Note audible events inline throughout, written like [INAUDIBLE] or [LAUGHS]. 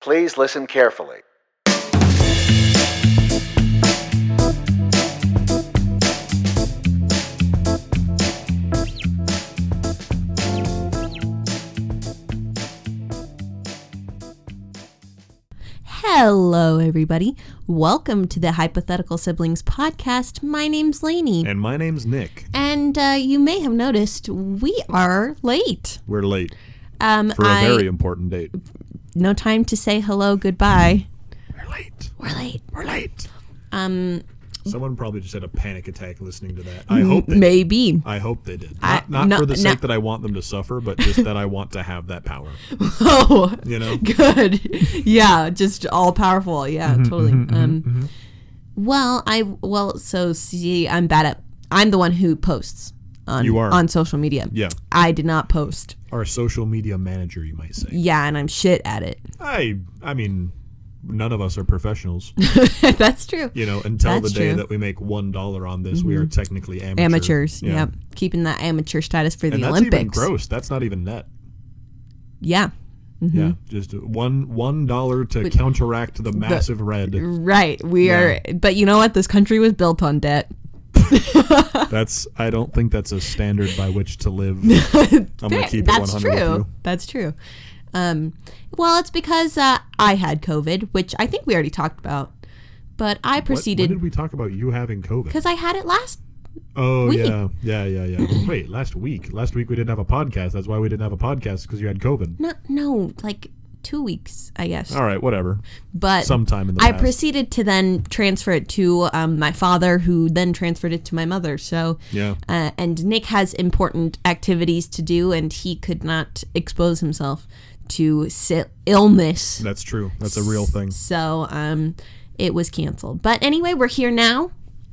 Please listen carefully. Hello, everybody. Welcome to the Hypothetical Siblings podcast. My name's Lainey. And my name's Nick. And uh, you may have noticed we are late. We're late Um, for a I- very important date. no time to say hello, goodbye. We're late. We're late. We're late. Um, Someone probably just had a panic attack listening to that. I hope they. [LAUGHS] maybe. [LAUGHS] I hope they did. I- Not, not no- for the no- sake that I want them to suffer, but just that I want to have that power. Oh, [LAUGHS] You know. good. yeah, just all powerful. Yeah, Mm-hmm, totally. um, well, I well, so see, I'm bad at. I'm the one who posts on You are. on social media. Yeah. I did not post. Our social media manager, you might say. Yeah, and I'm shit at it. I. I mean, none of us are professionals. [LAUGHS] That's true. You know, until That's the day true. Mm-hmm. that we make one dollar on this, we are technically amateur. Amateurs. Yeah. Yep. Keeping that amateur status for the And that's Olympics. even gross. That's not even net. Yeah. Hmm? Yeah, just one one dollar to counteract the massive [LAUGHS] red. Right. We are but you know what? This country was built on debt. [LAUGHS] That's I don't think that's a standard by which to live. [LAUGHS] I'm gonna keep it That's 100 with true. you. That's true. Um well it's because uh, I had COVID, which I think we already talked about. But I What- When proceeded did we talk about you having COVID? because I had it last Oh we- yeah, yeah, yeah, yeah. [CLEARS THROAT] Wait, last week. Last week we didn't have a podcast. That's why we didn't have a podcast because you had COVID. no no, like two weeks, I guess. All right, whatever. But Sometime in the I past. proceeded to then transfer it to um, my father, who then transferred it to my mother. So, Yeah. Uh, and Nick has important activities to do, and he could not expose himself to si- illness. that's true. That's a real thing. So, um, it was canceled. But anyway, we're here now.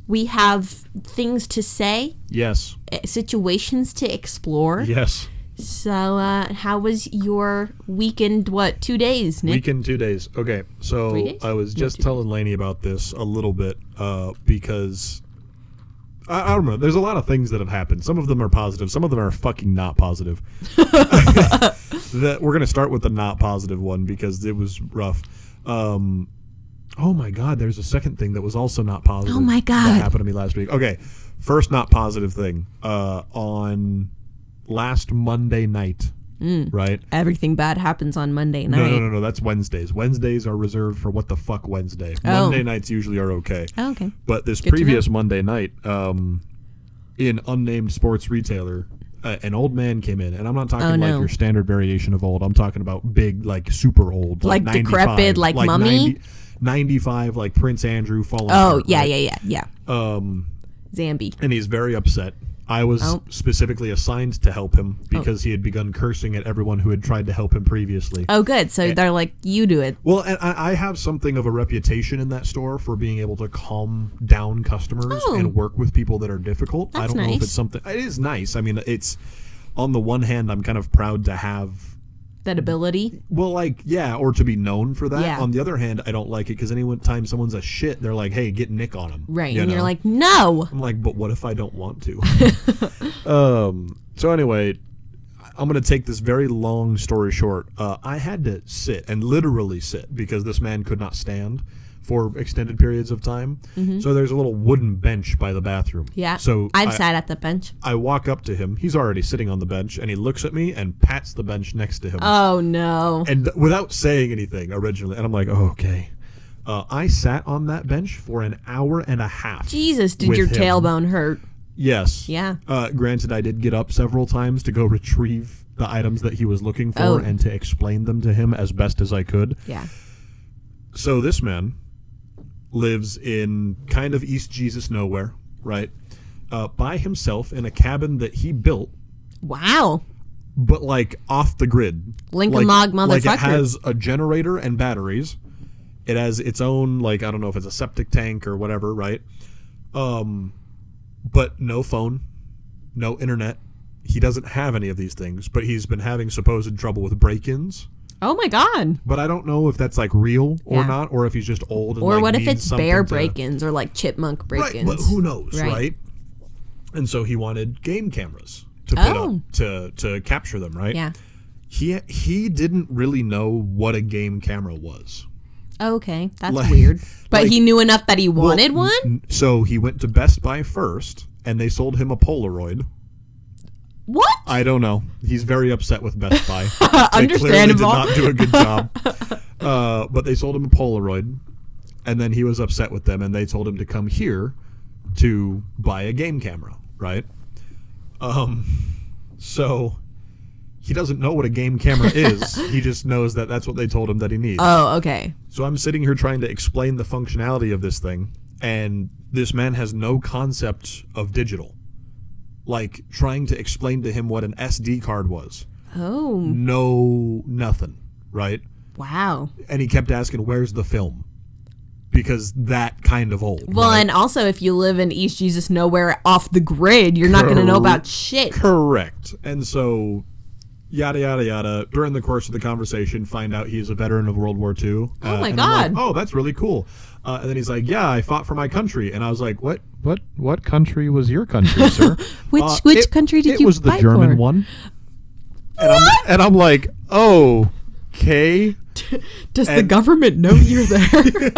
We have things to say, Yes, [LAUGHS] eh, situations to explore. yes. So, uh, how was your weekend? What two days, Nick? Week in two days. Okay, so Three days? I was just telling Laney about this a little bit uh, because I, I don't know. There's a lot of things that have happened. Some of them are positive. Some of them are fucking [LAUGHS] not positive. that we're gonna start with the not positive one because it was rough. Um, oh my god, there's a second thing that was also not positive. Oh my God. that happened to me last week. Okay, first not positive thing uh, on last Monday night. Mm. Right. Everything bad happens on Monday night. No, no, no, no. That's Wednesdays. Wednesdays are reserved for what the fuck Wednesday. Monday nights usually are okay. Oh, okay. But this to know. previous Monday night, um, in unnamed sports retailer, uh, an old man came in, and I'm not talking Oh, like no. your standard variation of old. I'm talking about big, like super old, Like 95, decrepit, like mummy? 90 95, like Prince Andrew falling. Oh, apart, yeah, right? yeah, yeah, yeah. Um, Zambi. and he's very upset. I was Oh. specifically assigned to help him because he had begun cursing at everyone who had tried to help him previously. Oh, good. So they're like, you do it. Well, and I, I have something of a reputation in that store for being able to calm down customers Oh. and work with people that are difficult. I That's don't know nice. if it's something. It is nice. I mean, it's on the one hand, I'm kind of proud to have. That ability. Well, like yeah, or to be known for that. Yeah. On the other hand, I don't like it because any time someone's a shit, they're like, "Hey, get Nick on him." Right. you and you're know? like, no. I'm like, but what if I don't want to? [LAUGHS] um. So anyway, I'm gonna take this very long story short. Uh, I had to sit and literally sit because this man could not stand for extended periods of time. So there's a little wooden bench by the bathroom. Mm-hmm. Yeah. So I've I- sat at the bench. I walk up to him. He's already sitting on the bench, and he looks at me and pats the bench next to him Oh, no. and th- without saying anything originally. And I'm like, oh, okay. Uh, I sat on that bench for an hour and a half. Jesus, did with your him. tailbone hurt? Yes. Yeah. Uh, granted, I did get up several times to go retrieve the items that he was looking for Oh. and to explain them to him as best as I could. Yeah. So this man lives in kind of East Jesus nowhere, right? Uh, by himself in a cabin that he built, Wow. but like off the grid. Lincoln like, Log Like motherfucker. it has a generator and batteries. It has its own like I don't know if it's a septic tank or whatever, right? Um, but no phone, no internet. He doesn't have any of these things, but he's been having supposed trouble with break-ins. Oh, my God. But I don't know if that's like real or Yeah. not, or if he's just old. And, Or like, what if needs it's something bear to- break ins or like chipmunk break Right, ins? but who knows, Right. right? And so he wanted game cameras to put Oh. up to to capture them, right? Yeah. he he didn't really know what a game camera was. Okay, that's Like- weird. But like- he knew enough that he wanted Well, one. n- So he went to Best Buy first, and they sold him a Polaroid. What? I don't know. He's very upset with Best Buy. They clearly did Understandable. not do a good job. uh, but they sold him a Polaroid, and then he was upset with them, and they told him to come here to buy a game camera, right? Um, so he doesn't know what a game camera is. he just knows that that's what they told him that he needs. Oh, okay. So I'm sitting here trying to explain the functionality of this thing, and this man has no concept of digital. Like trying to explain to him what an SD card was. Oh, No, nothing, right? wow. And he kept asking, "Where's the film?" Because that kind of old. Well, right? and also if you live in East Jesus nowhere off the grid, you're not going to know about shit. correct. And so, yada yada yada. During the course of the conversation, find out he's a veteran of World War II. Oh my God. oh, that's really cool. Uh, and then he's like, "Yeah, I fought for my country." And I was like, "What? What? What country was [LAUGHS] your country, sir?" Which Uh, which it- country did it you was the fight German for? one. And I'm, and I'm like, oh, okay. Does the government know [LAUGHS] you're there?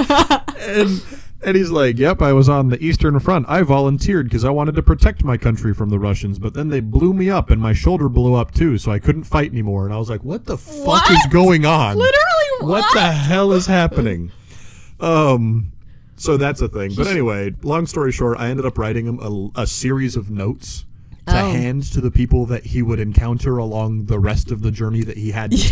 And and he's like, yep, I was on the Eastern Front. I volunteered because I wanted to protect my country from the Russians, but then they blew me up and my shoulder blew up too, so I couldn't fight anymore. And I was like, what the fuck What? is going on? Literally, what the hell is happening? Um, so that's a thing. But anyway, long story short, I ended up writing him a, a series of notes to Oh. hand to the people that he would encounter along the rest of the journey that he [LAUGHS] had to Yes.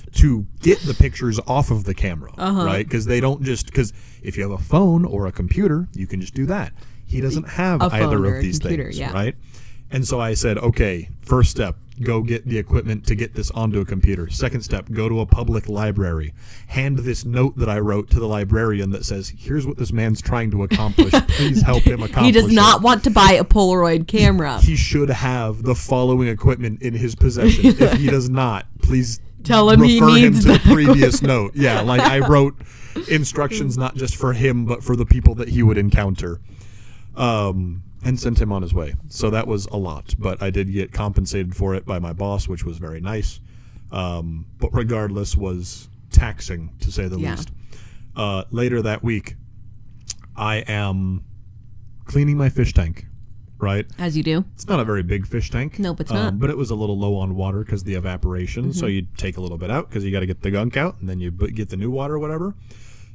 take to get the pictures off of the camera, Uh-huh. right? Because they don't just because if you have a phone or a computer, you can just do that. He doesn't have A phone either or of a these computer, things, yeah. right? And so I said, okay, first step, go get the equipment to get this onto a computer. Second step, go to a public library. Hand this note that I wrote to the librarian that says, here's what this man's trying to [LAUGHS] accomplish. Please help him accomplish He does it." not want to buy a Polaroid [LAUGHS] camera. He should have the following equipment in his possession. if he [LAUGHS] does not, please Tell him he refer him needs to the that previous note. Yeah, [LAUGHS] like I wrote instructions not just for him, but for the people that he would encounter um, and sent him on his way. So that was a lot, but I did get compensated for it by my boss, which was very nice. Um, but regardless, was taxing to say the Yeah. least. Uh, later that week, I am cleaning my fish tank. Right, As you do. it's not a very big fish tank. Uh, Nope, it's not. Mm-hmm. But it was a little low on water because the evaporation. So you take a little bit out because you got to get the gunk out, and then you bu- get the new water, or whatever.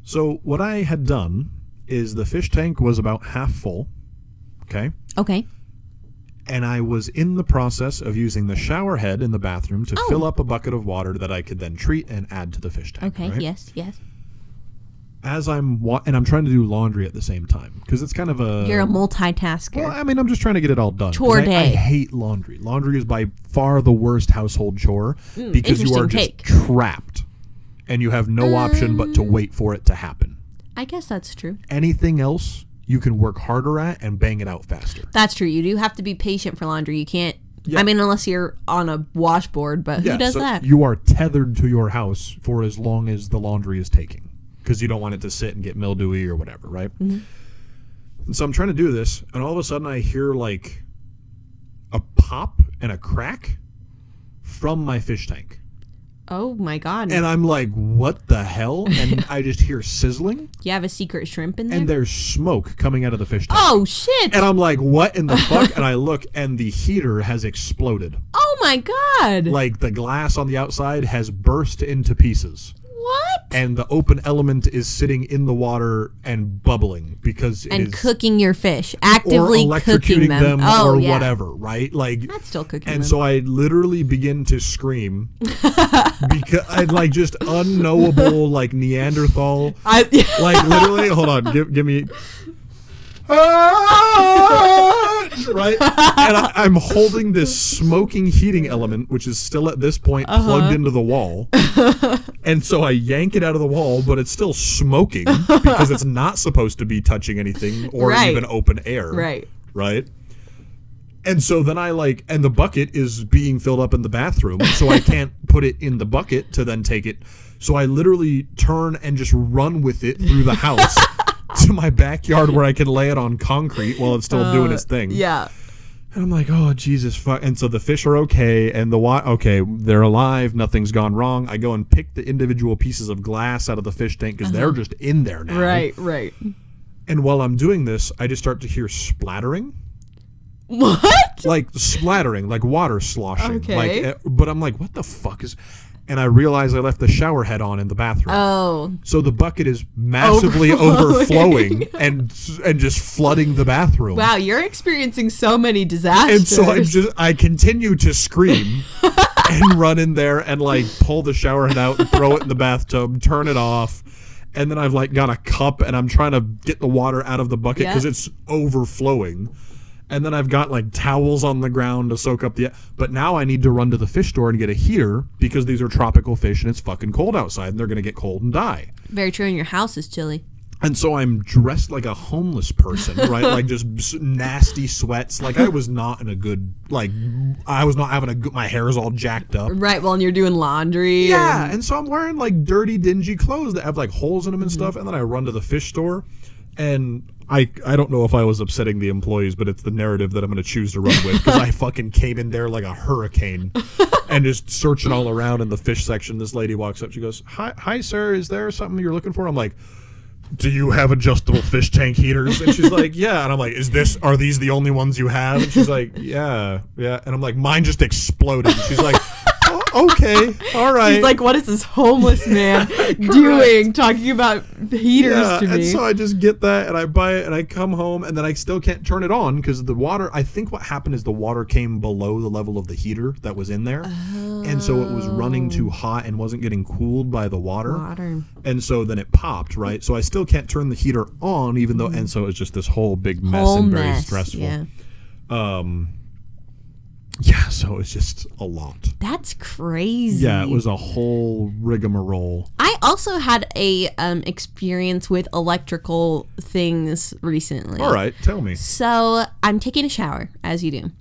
So what I had done is the fish tank was about half full. Okay. Okay. And I was in the process of using the shower head in the bathroom Oh. to fill up a bucket of water that I could then treat and add to the fish tank. Okay. right? Yes. Yes. As I'm wa- and I'm trying to do laundry at the same time because it's kind of a You're a multitasker. Well, I mean, I'm just trying to get it all done. 'cause Chore I, I day. hate laundry. Laundry is by far the worst household chore because you Mm, are interesting just take. Um, trapped and you have no option but to wait for it to happen. I guess that's true. Anything else, you can work harder at and bang it out faster. That's true. You do have to be patient for laundry. You can't. Yeah. I mean, unless you're on a washboard, but Yeah, who does so that? You are tethered to your house for as long as the laundry is taking because you don't want it to sit and get mildewy or whatever, right? Mm-hmm. And so I'm trying to do this, and all of a sudden I hear like a pop and a crack from my fish tank. oh my god! And I'm like, what the hell? [LAUGHS] And I just hear sizzling, you have a secret shrimp in there. and there's smoke coming out of the fish tank. oh shit! And I'm like, what in the fuck? And I look, and the heater has exploded. oh my god! Like the glass on the outside has burst into pieces. what? and the open element is sitting in the water and bubbling because it And, is- cooking your fish, or actively electrocuting cooking them, them, oh or yeah. whatever, right? Like That's still cooking and them. so I literally begin to [LAUGHS] scream because I like just unknowable like Neanderthal I, [LAUGHS] like literally hold on give, give me right and I, i'm holding this smoking heating element which is still at this point Uh-huh. plugged into [LAUGHS] the wall and so i yank it out of the wall but it's [LAUGHS] still smoking because it's not supposed to be touching anything or Right. even open air Right. right and so then I like, and the bucket is being filled up in the bathroom, so I can't [LAUGHS] put it in the bucket to then take it. So I literally turn and just run with it through [LAUGHS] the house [LAUGHS] to my backyard where I can lay it on concrete while it's still doing its thing. Uh, yeah. And I'm like, oh Jesus, fuck! And so the fish are okay, and the wa- okay, they're alive. Nothing's gone wrong. I go and pick the individual pieces of glass out of the fish tank because they're just in there now. Uh-huh. Right, right. And while I'm doing this, I just start to hear splattering, What? like splattering, like water sloshing. Okay. Like, uh, but I'm like, what the fuck is? And I realize I left the shower head on in the bathroom. Oh, so the bucket is massively Overflowing. overflowing and and just flooding the bathroom. wow! You're experiencing so many disasters. And so I just I continue [LAUGHS] to scream and run in there and like pull the shower head out and throw it in the bathtub, turn it off. And then I've like got a cup and I'm trying to get the water out of the bucket because Yeah. it's overflowing. And then I've got like towels on the ground to soak up the. But now I need to run to the fish store and get a heater because these are tropical fish and it's fucking cold outside and they're going to get cold and die. Very true. And your house is chilly. And so I'm dressed like a homeless person, right? like just s- nasty sweats. Like I was not in a good, like I was not having a good. My hair is all jacked up. Right. Well, and you're doing laundry. Yeah, and so I'm wearing like dirty, dingy clothes that have like holes in them and stuff. And then I run to the fish store, and I I don't know if I was upsetting the employees, but it's the narrative that I'm going to choose to run with because I fucking came in there like a hurricane, and just searching all around in the fish section. This lady walks up, she goes, "Hi, hi, sir, is there something you're looking for?" I'm like. Do you have adjustable fish tank heaters? And she's like, Yeah. And I'm like, Is this, are these the only ones you have? And she's like, Yeah, yeah. And I'm like, Mine just exploded. And she's like, [LAUGHS] oh, Okay, all right. He's like, what is this [LAUGHS] homeless man doing talking about heaters to and me? so I just get that and I buy it and I come home and then I still can't turn it on because the water. I think what happened is the water came below the level of the heater that was in there, and so it was running Oh. too hot and wasn't getting cooled by the water. Water. And so then it popped, right? So I still can't turn the heater on, even though. And so it's just this whole big mess Whole and very mess, stressful. Yeah. Yeah, [LAUGHS] so it's just a lot. That's crazy. Yeah, it was a whole rigmarole. I also had a um, experience with electrical things recently. All right, tell me. So I'm taking a shower, as you do.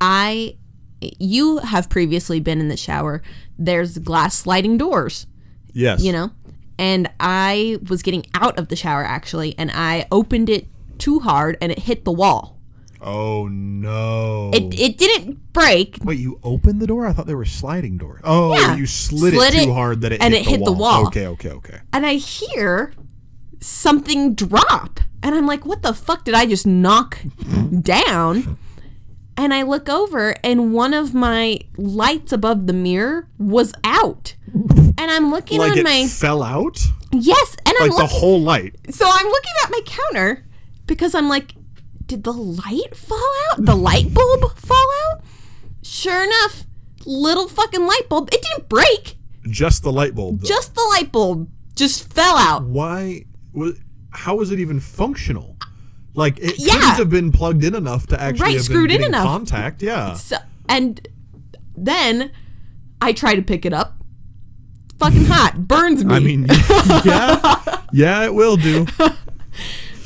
I, you have previously been in the shower. There's glass sliding doors. Yes. you know? And I was getting out of the shower actually, and I opened it too hard and it hit the wall. Oh no. It, it didn't break. Wait, you opened the door? I thought they were sliding doors. Oh, Yeah. you slid, Slid it it, too hard that it and hit it the hit the wall. wall. Okay, okay, okay. And I hear something drop. And I'm like, what the fuck did I just knock down? And I look over, and one of my lights above the mirror was out. And I'm looking like on it my. fell [LAUGHS] out? Yes, and I'm Like the looking. whole light. So I'm looking at my counter because I'm like, did the light fall out? The light bulb fall out? Sure enough, little fucking light bulb. It didn't break. Just the light bulb. though. Just the light bulb just fell out. Why was how is it even functional? Like it Yeah. couldn't have been plugged in enough to actually Right, have screwed in been getting enough. contact. Yeah. So, and then I try to pick it up. Fucking hot. Burns me. I [LAUGHS] mean, yeah. Yeah, it will do.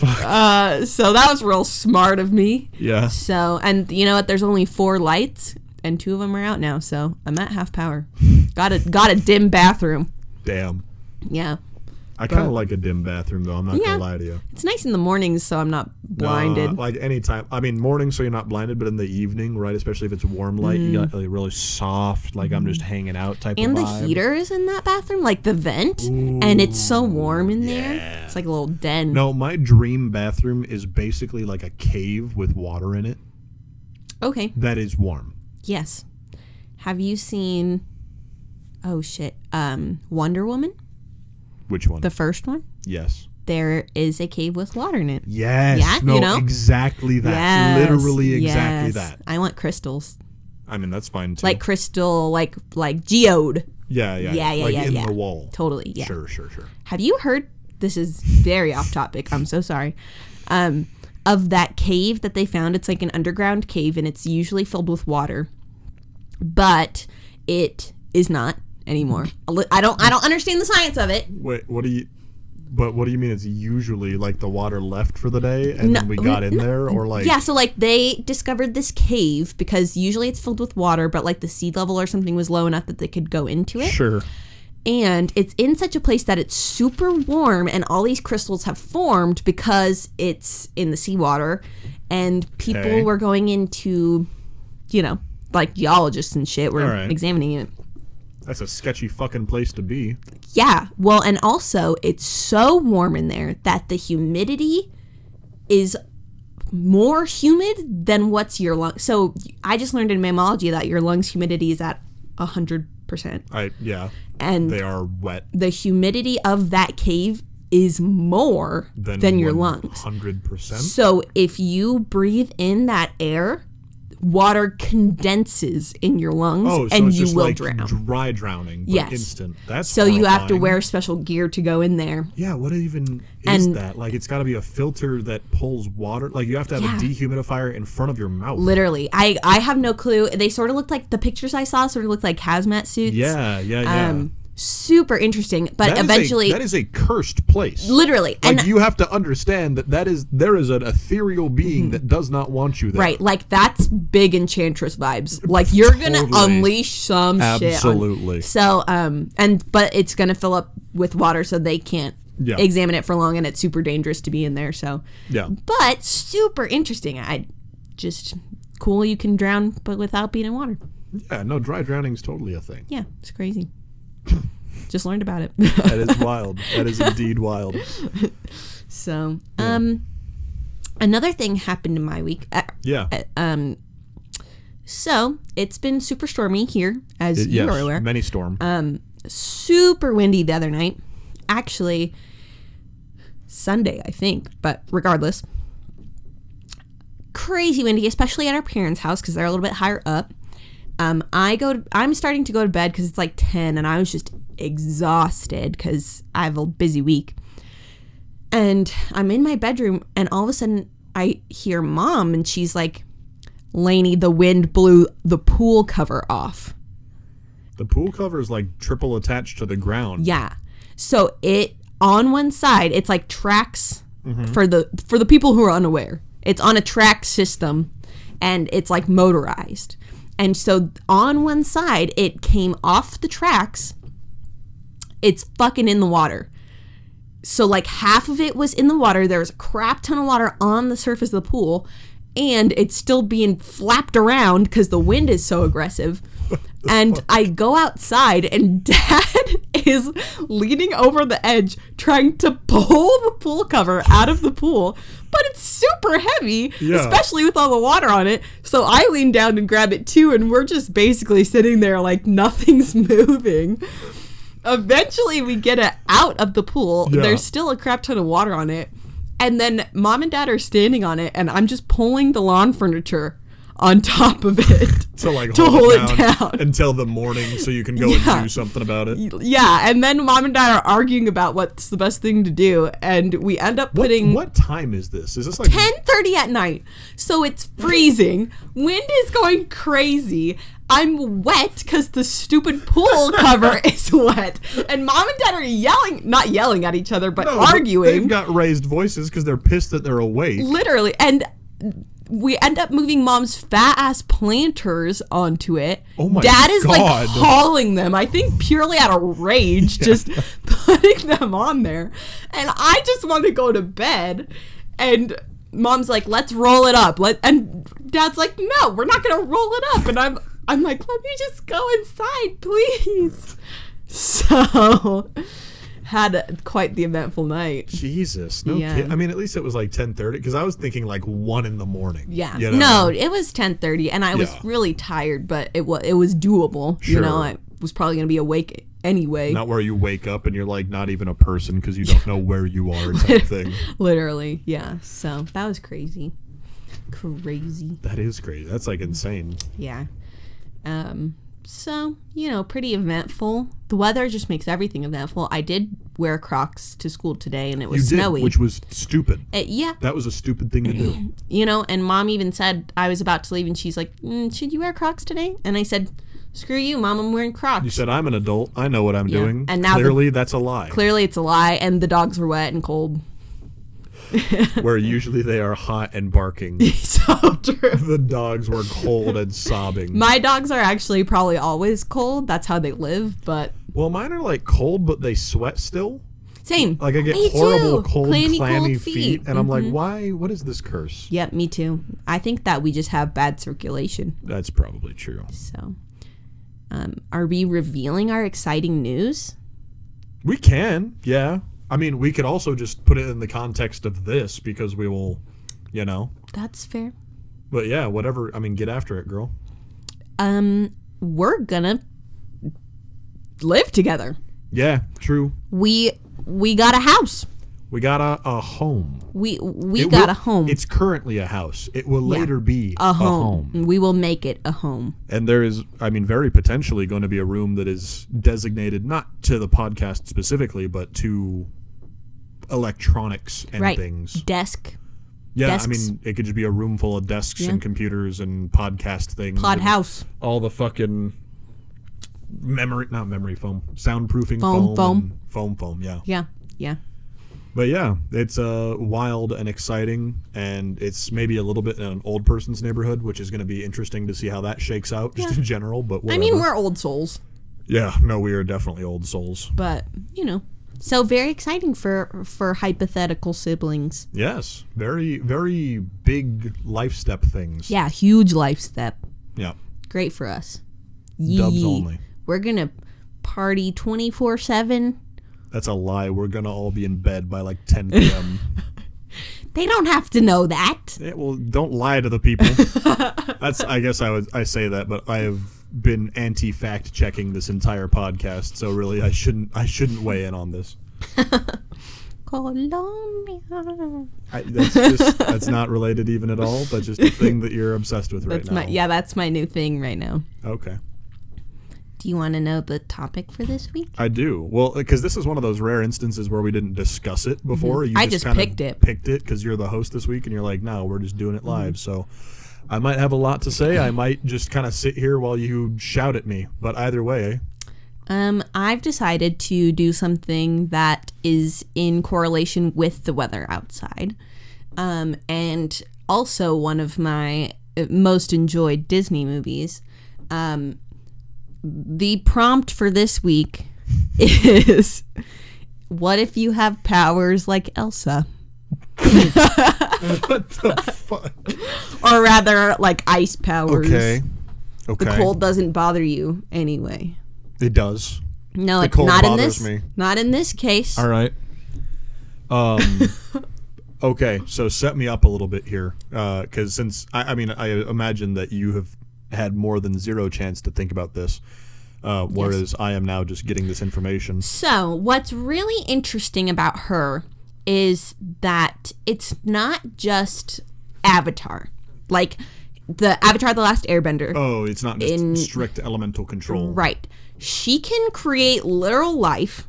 Uh, so that was real smart of me. Yeah. So, and you know what? There's only four lights, and two of them are out now. So I'm at half power. Got a got a dim bathroom. Damn. Yeah, I kind But- of like a dim bathroom though. I'm not Yeah. going to lie to you. it's nice in the mornings, so I'm not Uh, blinded. like any time. I mean, morning, so you're not blinded, but in the evening, right? Especially if it's warm light, you got like really soft, like I'm just hanging out type Mm. and of the vibe. heater is in that bathroom, like the vent, and it's so warm in there. yeah. It's like a little den. No, my dream bathroom is basically like a cave with water in it Okay. that is warm. Yes. Have you seen? Oh shit. Um, Wonder Woman, Which one? the first one. yes. There is a cave with water in it. Yes. Yeah, no, you know? exactly that. Yes, Literally exactly yes. that. I want crystals. I mean, that's fine too. like crystal, like like geode. yeah, yeah, yeah, yeah, like yeah, in yeah. the wall. Totally, yeah. Sure, sure, sure. Have you heard? This is very off topic. I'm so sorry. Um, of that cave that they found, it's like an underground cave, and it's usually filled with water, but it is not anymore. I don't. I don't understand the science of it. Wait, what do you? But what do you mean? It's usually like the water left for the day, and then we got in there, or like Yeah, so like they discovered this cave because usually it's filled with water, but like the sea level or something was low enough that they could go into it. sure. and it's in such a place that it's super warm and all these crystals have formed because it's in the seawater and people Okay. were going into you know like geologists and shit were All right. examining it That's a sketchy fucking place to be. yeah well and also it's so warm in there that the humidity is more humid than what's your lung so i just learned in mammalogy that your lungs humidity is at 100% I yeah. and They are wet the humidity of that cave is more than than, your lungs. Hundred percent. So if you breathe in that air, water condenses in your lungs Oh, so and it's you just will like drown. dry drowning. But Yes. Instant. That's so you have to horrifying. wear special gear to go in there. Yeah, what even is And- that? Like, it's got to be a filter that pulls water. Like, you have to have a Yeah. dehumidifier in front of your mouth. Literally, I I have no clue. They sort of looked like the pictures I saw sort of looked like hazmat suits. yeah, yeah, yeah. Um, super interesting, but That is a- eventually, that is a cursed place. literally, and Like, you have to understand that that is there is an ethereal being that does not want you there. Mm-hmm. Right, like that's big enchantress vibes. Like you're gonna Totally. unleash some shit. on- Absolutely. So, um, and but it's gonna fill up with water, so they can't Yeah. examine it for long, and it's super dangerous to be in there. So, Yeah. but super interesting. I just cool. You can drown, but without being in water. Yeah. No, dry drowning is totally a thing. Yeah, it's [LAUGHS] crazy. just learned about it. [LAUGHS] That is wild. that is indeed wild. so, um, another thing happened in my week. Uh, Yeah. um, so it's been super stormy here, as you yes. are aware. Uh, Many storm. super windy the other night. Actually, Sunday, I think, but regardless. Crazy windy, especially at our parents' house because they're a little bit higher up. Um, I go. To, I'm starting to go to bed because it's like ten, and I was just exhausted because I have a busy week. And I'm in my bedroom, and all of a sudden, I hear mom, and she's like, "Lainey, the wind blew the pool cover off." the pool cover is like triple attached to the ground. Yeah. So it on one side, it's like tracks for the for the people who are unaware. It's on a track system and it's like motorized. And so on one side, it came off the tracks. It's fucking in the water. So like half of it was in the water. There was a crap ton of water on the surface of the pool and it's still being flapped around because the wind is so aggressive. And I go outside and [LAUGHS] dad is leaning over the edge trying to pull the pool cover out of the pool, but it's super heavy, Yeah. especially with all the water on it. So I lean down and grab it too and we're just basically sitting there like nothing's [LAUGHS] moving. Eventually, we get it out of the pool. Yeah. There's still a crap ton of water on it. And then mom and dad are standing on it, and I'm just pulling the lawn furniture on top of it. [LAUGHS] To like To hold, hold it, it down down. until the morning, so you can go Yeah. and do something about it. yeah, and then mom and dad are arguing about what's the best thing to do, and we end up putting What time is this? Is this like 10:30 at night. So it's freezing. Wind is going crazy. I'm wet cuz the stupid pool [LAUGHS] cover is wet. And mom and dad are yelling, not yelling at each other, but No, arguing. They've got raised voices because they're pissed that they're awake. Literally. And we end up moving mom's fat ass planters onto it. Oh my Dad is God. like hauling them, I think purely out of [LAUGHS] rage, just [LAUGHS] putting them on there. And I just want to go to bed. And mom's like, let's roll it up. Let and dad's like, no, we're not gonna roll it up. And I'm I'm like, let me just go inside, please. [LAUGHS] So had quite the eventful night. Jesus, no Yeah. kid- I mean, at least it was like ten thirty because I was thinking like one in the morning. Yeah. you know? No, it was 10:30 and I was Yeah. really tired, but it was it was doable. You know, Sure. I was probably going to be awake anyway, not where you wake up and you're like not even a person because you don't know where you [LAUGHS] are type thing. literally. Yeah. So, that was crazy. Crazy. That is crazy. That's like insane. Yeah. Um so, you know, pretty eventful. The weather just makes everything eventful. I did wear Crocs to school today and it You was snowy. did, which was stupid. Uh, yeah, That was a stupid thing to do. you know, and mom even said I was about to leave, and she's like, mm, "Should you wear Crocs today?" And I said, "Screw you, mom! I'm wearing Crocs." You said I'm an adult. I know what I'm doing. And now the- clearly that's a lie. clearly it's a lie and the dogs were wet and [LAUGHS] cold where usually they are hot and [LAUGHS] barking. so true the dogs were cold and sobbing. my dogs are actually probably always cold that's how they live but Well, mine are like cold, but they sweat still. Same. Like I get Me horrible too. cold, Clammy, clammy, cold feet. feet. Mm-hmm. and I'm like, why? What is this curse? Yep, me too. I think that we just have bad circulation. That's probably true. So, um, are we revealing our exciting news? We can, yeah. I mean, we could also just put it in the context of this because we will, you know. That's fair. But yeah, whatever. I mean, get after it, girl. Um, we're gonna live together. Yeah, true. We we got a house. We got a, a home. We we It got will- a home. It's currently a house. It will Yeah. later be a home. We will make it a home. And there is, I mean, very potentially going to be a room that is designated not to the podcast specifically, but to electronics and Right. things. Desk, Yeah, I Desks. mean, it could just be a room full of desks Yeah. and computers and podcast things. pod and house, all the fucking memory not memory foam soundproofing Foam, foam foam. and foam foam yeah Yeah, yeah. but yeah it's uh wild and exciting and it's maybe a little bit in an old person's neighborhood which is going to be interesting to see how that shakes out just in general but I whatever. mean, we're old souls, yeah no we are definitely old souls but you know, so very exciting for for hypothetical siblings. yes very very big life step things Yeah, huge life step. yeah Great for us. Dubs Yee. only. We're gonna party twenty four seven. that's a lie we're gonna all be in bed by like [LAUGHS] 10 p.m They don't have to know that. Yeah, well, don't lie to the people. [LAUGHS] That's I guess I would I say that, but I have been anti fact checking this entire podcast, so really I shouldn't I shouldn't weigh in on this. Colombia. I, that's just that's not related even at all. That's just a thing that you're obsessed with right That's now. my yeah. That's my new thing right now. Okay. Do you want to know the topic for this week? I do. Well, because this is one of those rare instances where we didn't discuss it before. You Mm-hmm. I just kinda picked it. Mm-hmm. Picked it because you're the host this week, and you're like, no, we're just doing it live. So I might have a lot to say. I might just kind of sit here while you shout at me. But either way, [LAUGHS] Um, I've decided to do something that is in correlation with the weather outside. Um, and also one of my uh, most enjoyed Disney movies. Um, the prompt for this week [LAUGHS] is what if you have powers like Elsa? [LAUGHS] what the fuck? Or rather, like ice powers. Okay. Okay. The cold doesn't bother you anyway. It does. No, it, cold not in bothers this. me. Not in this case. All right. Um. okay, so set me up a little bit here, because since I, I mean, I imagine that you have had more than zero chance to think about this, uh, whereas I am now just getting this information. So, what's really interesting about her is that it's not just Avatar, like the Avatar The Last Airbender. Oh, it's not just In- strict elemental control. Right. She can create literal life,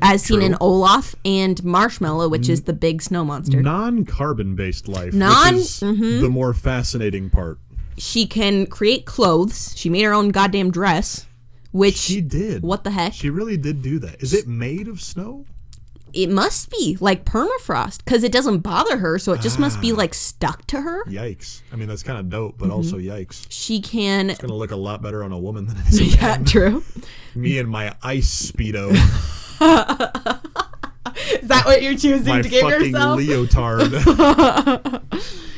as seen in True. Mm. Olaf and Marshmallow, which is the big snow monster. Non-carbon based life, Non- mm-hmm. which is the more fascinating part. She can create clothes. She made her own goddamn dress, which. She did. what the heck? She really did do that. Is it made of snow? it must be like permafrost because it doesn't bother her, so it just must Ah. be like stuck to her. Yikes! I mean, that's kind of dope, Mm-hmm. but also yikes. She can. gonna look a lot better on a woman [LAUGHS] than it is on Yeah, true. me and my [LAUGHS] ice speedo, Is that what you're choosing my to give fucking yourself?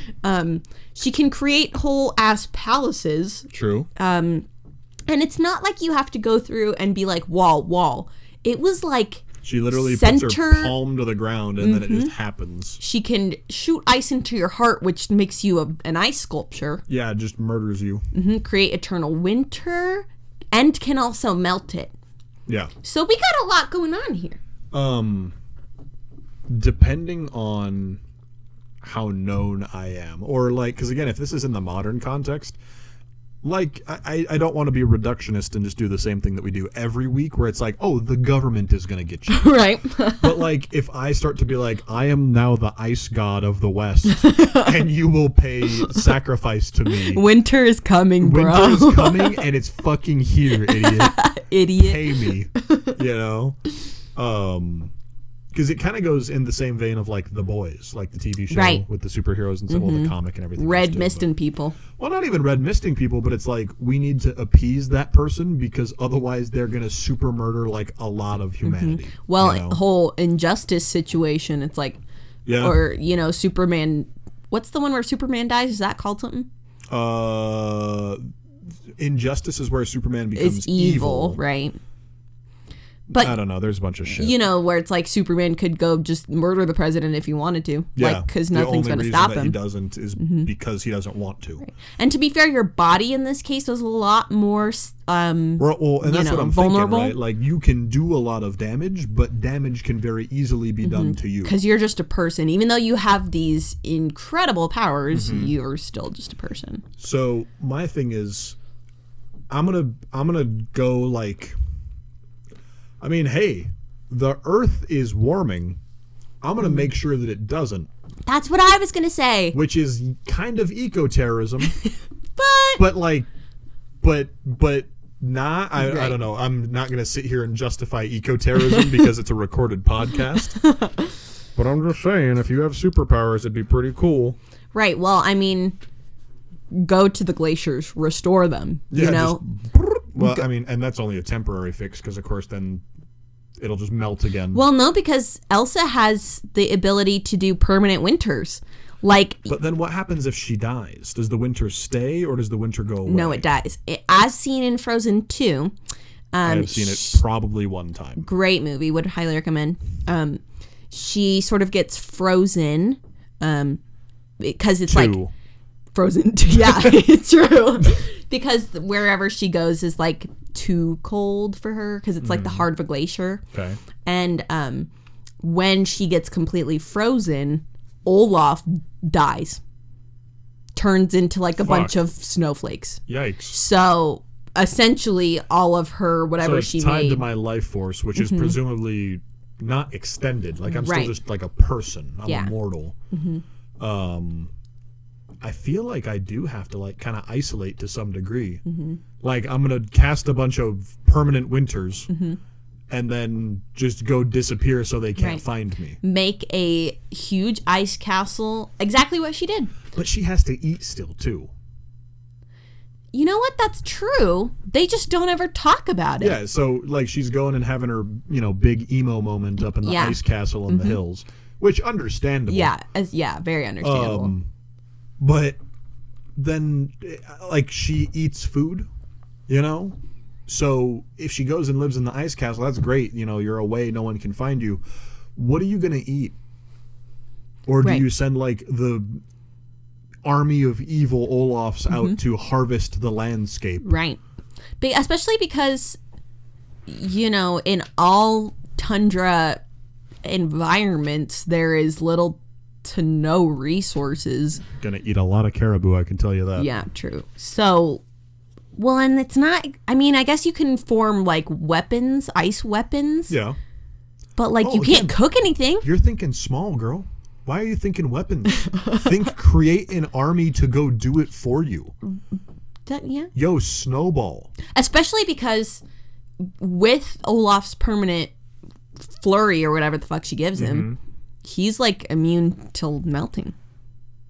[LAUGHS] leotard. she can create whole ass palaces, True. Uh, and it's not like you have to go through and be like wall wall. It was like she literally puts center- Mm-hmm. her palm to the ground and then it just happens. she can shoot ice into your heart, which makes you a, an ice sculpture. Yeah, it just murders you. Can create eternal winter, and can also melt it. Yeah. So we got a lot going on here. [LAUGHS] Depending on how known I am, or like, because again, if this is in the modern context, like I, I I don't want to be reductionist and just do the same thing that we do every week, where it's like, oh, the government is gonna get you. Right. [LAUGHS] But like, if I start to be like, I am now the ice god of [LAUGHS] the West, and you will pay sacrifice to me. Winter is coming, [LAUGHS] Winter bro. [LAUGHS] is coming, and it's fucking here, idiot. Idiot. Pay me, you know. Um, because it kind of goes in the same vein of like the boys, like the TV show Right. Mm-hmm. with the superheroes and some of the comic and everything. else Red too, mist and people. but- well, not even red misting people, but it's like we need to appease that person because otherwise they're gonna super murder like a lot of humanity. Mm-hmm. Well, you know? whole injustice situation. It's like, Yeah. or you know, Superman. What's the one where Superman dies? Is that called something? uh, injustice is where Superman becomes Is evil, right? But I don't know. There's a bunch of shit. you know where it's like Superman could go just murder the president if he wanted to, yeah, like because the nothing's only going to reason stop that He him. Mm-hmm. doesn't is because he doesn't want to. And to be fair, your body in this case was a lot more. s- Um, Well, well, and that's know, what I'm vulnerable. thinking, right? Like you can do a lot of damage, but damage can very easily be Mm-hmm. done to you. because you're just a person, even though you have these incredible powers, Mm-hmm. you're still just a person. So my thing is, I'm gonna I'm gonna go like. I mean, hey, the Earth is warming. I'm Mm-hmm. gonna make sure that it doesn't, That's what I was gonna say. which is kind of eco terrorism, But but like, but but. Nah, I, I Right. don't know. I'm not going to sit here and justify eco terrorism [LAUGHS] because it's a recorded podcast. [LAUGHS] but I'm just saying, if you have superpowers, it'd be pretty cool. right, well, I mean, go to the glaciers, restore them. you know, just- well, I mean, and that's only a temporary fix because, of course, then it'll just melt again. well, no, because Elsa has the ability to do permanent winters. Like, but then what happens if she dies? Does the winter stay or does the winter go away? no, it dies. It, as seen in Frozen Two, I have seen it probably one time. great movie would highly recommend um she sort of gets frozen um because it's like Two. frozen [LAUGHS] yeah it's true because wherever she goes is like too cold for her because it's like the heart of a glacier okay. and um when she gets completely frozen olaf dies turns into like a bunch of snowflakes Yikes. so essentially all of her So whatever it's she tied made Mm-hmm. to my life force, which is presumably not extended. Like I'm Right. still just like a person. I'm Yeah. Mm-hmm. immortal. Um, I feel like I do have to like kind of isolate to some degree. Mm-hmm. Like I'm gonna cast a bunch of permanent winters, Mm-hmm. and then just go disappear so they can't Right. find me. make a huge ice castle. Exactly what she did. But she has to eat still too. You know what? That's true. They just don't ever talk about it. Yeah, so like she's going and having her, you know, big emo moment up in the Yeah. Mm-hmm. ice castle in the hills, which understandable. Yeah, as, yeah, very understandable. Um, but then, uh, like, she eats food, you know? So if she goes and lives in the ice castle, that's great. You know, you're away, no one can find you. What are you going to eat? Or do Right. you send, like, the army of evil Olafs out to harvest the landscape? right. Be- especially because, you know, in all tundra environments, there is little to no resources. Going to eat a lot of caribou, I can tell you that. Yeah, true. So, well, and it's not, I mean, I guess you can form like weapons, ice weapons, Yeah. but like Oh, you can't again. cook anything. You're thinking small, girl. Why are you thinking weapons? Think create an army to go do it for you. That, yeah. Yo, snowball. especially because with Olaf's permanent flurry or whatever the fuck she gives him, Mm-hmm. he's like immune to melting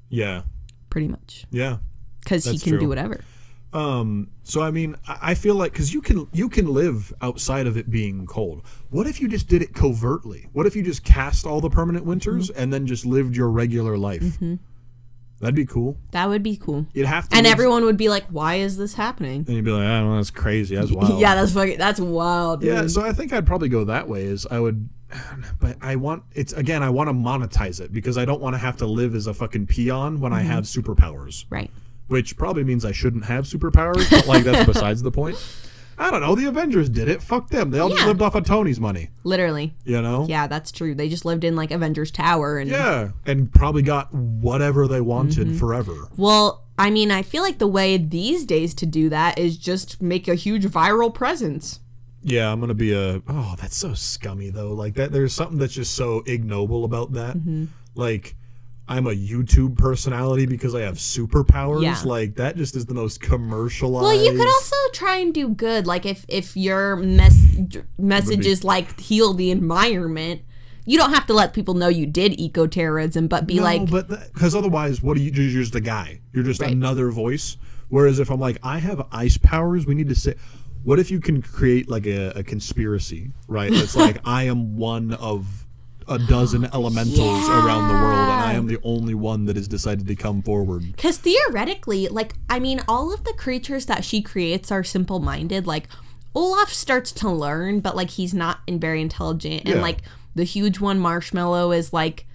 Yeah, pretty much yeah. because he That's can do true. whatever. Um, so I mean, I I feel like because you can you can live outside of it being cold. What if you just did it covertly? What if you just cast all the permanent winters Mm-hmm. and then just lived your regular life? That'd be cool. That would be cool. You'd have to. Mm-hmm. And live- everyone would be like, "Why is this happening?" And you'd be like, I don't know, that's crazy. That's [LAUGHS] wild. Yeah, that's fucking that's wild. Dude. Yeah, so I think I'd probably go that way. Is I would, [SIGHS] but I want it's again. I want to monetize it because I don't want to have to live as a fucking peon when I Mm-hmm. have superpowers. Right. which probably means I shouldn't have superpowers, but [LAUGHS] like that's besides the point. I don't know. The Avengers did it. Fuck them. They all just Yeah. lived off of Tony's money, Literally. you know? Yeah, that's true. They just lived in like Avengers Tower and Yeah. And probably got whatever they wanted Mm-hmm. forever. well, I mean, I feel like the way these days to do that is just make a huge viral presence. Yeah, I'm going to be a. Oh, that's so scummy, though. Like, that. there's something that's just so ignoble about that. Mm-hmm. Like, I'm a YouTube personality because I have superpowers. Yeah. Like, that just is the most commercialized. Well, you could also try and do good, like if if your mes- message is like heal the environment, you don't have to let people know you did eco terrorism, but be no, like, but because otherwise, what do you do? You're just a guy. You're just Right. another voice. Whereas if I'm like, I have ice powers, we need to say, what if you can create like a, a conspiracy, [LAUGHS] right? It's like I am one of a [GASPS] dozen elementals around the world, and I am the only one that has decided to come forward. Because theoretically, like, I mean, all of the creatures that she creates are simple minded. Like, Olaf starts to learn, but, like, he's not in- very intelligent. And, Yeah. like, the huge one, Marshmallow, is, like,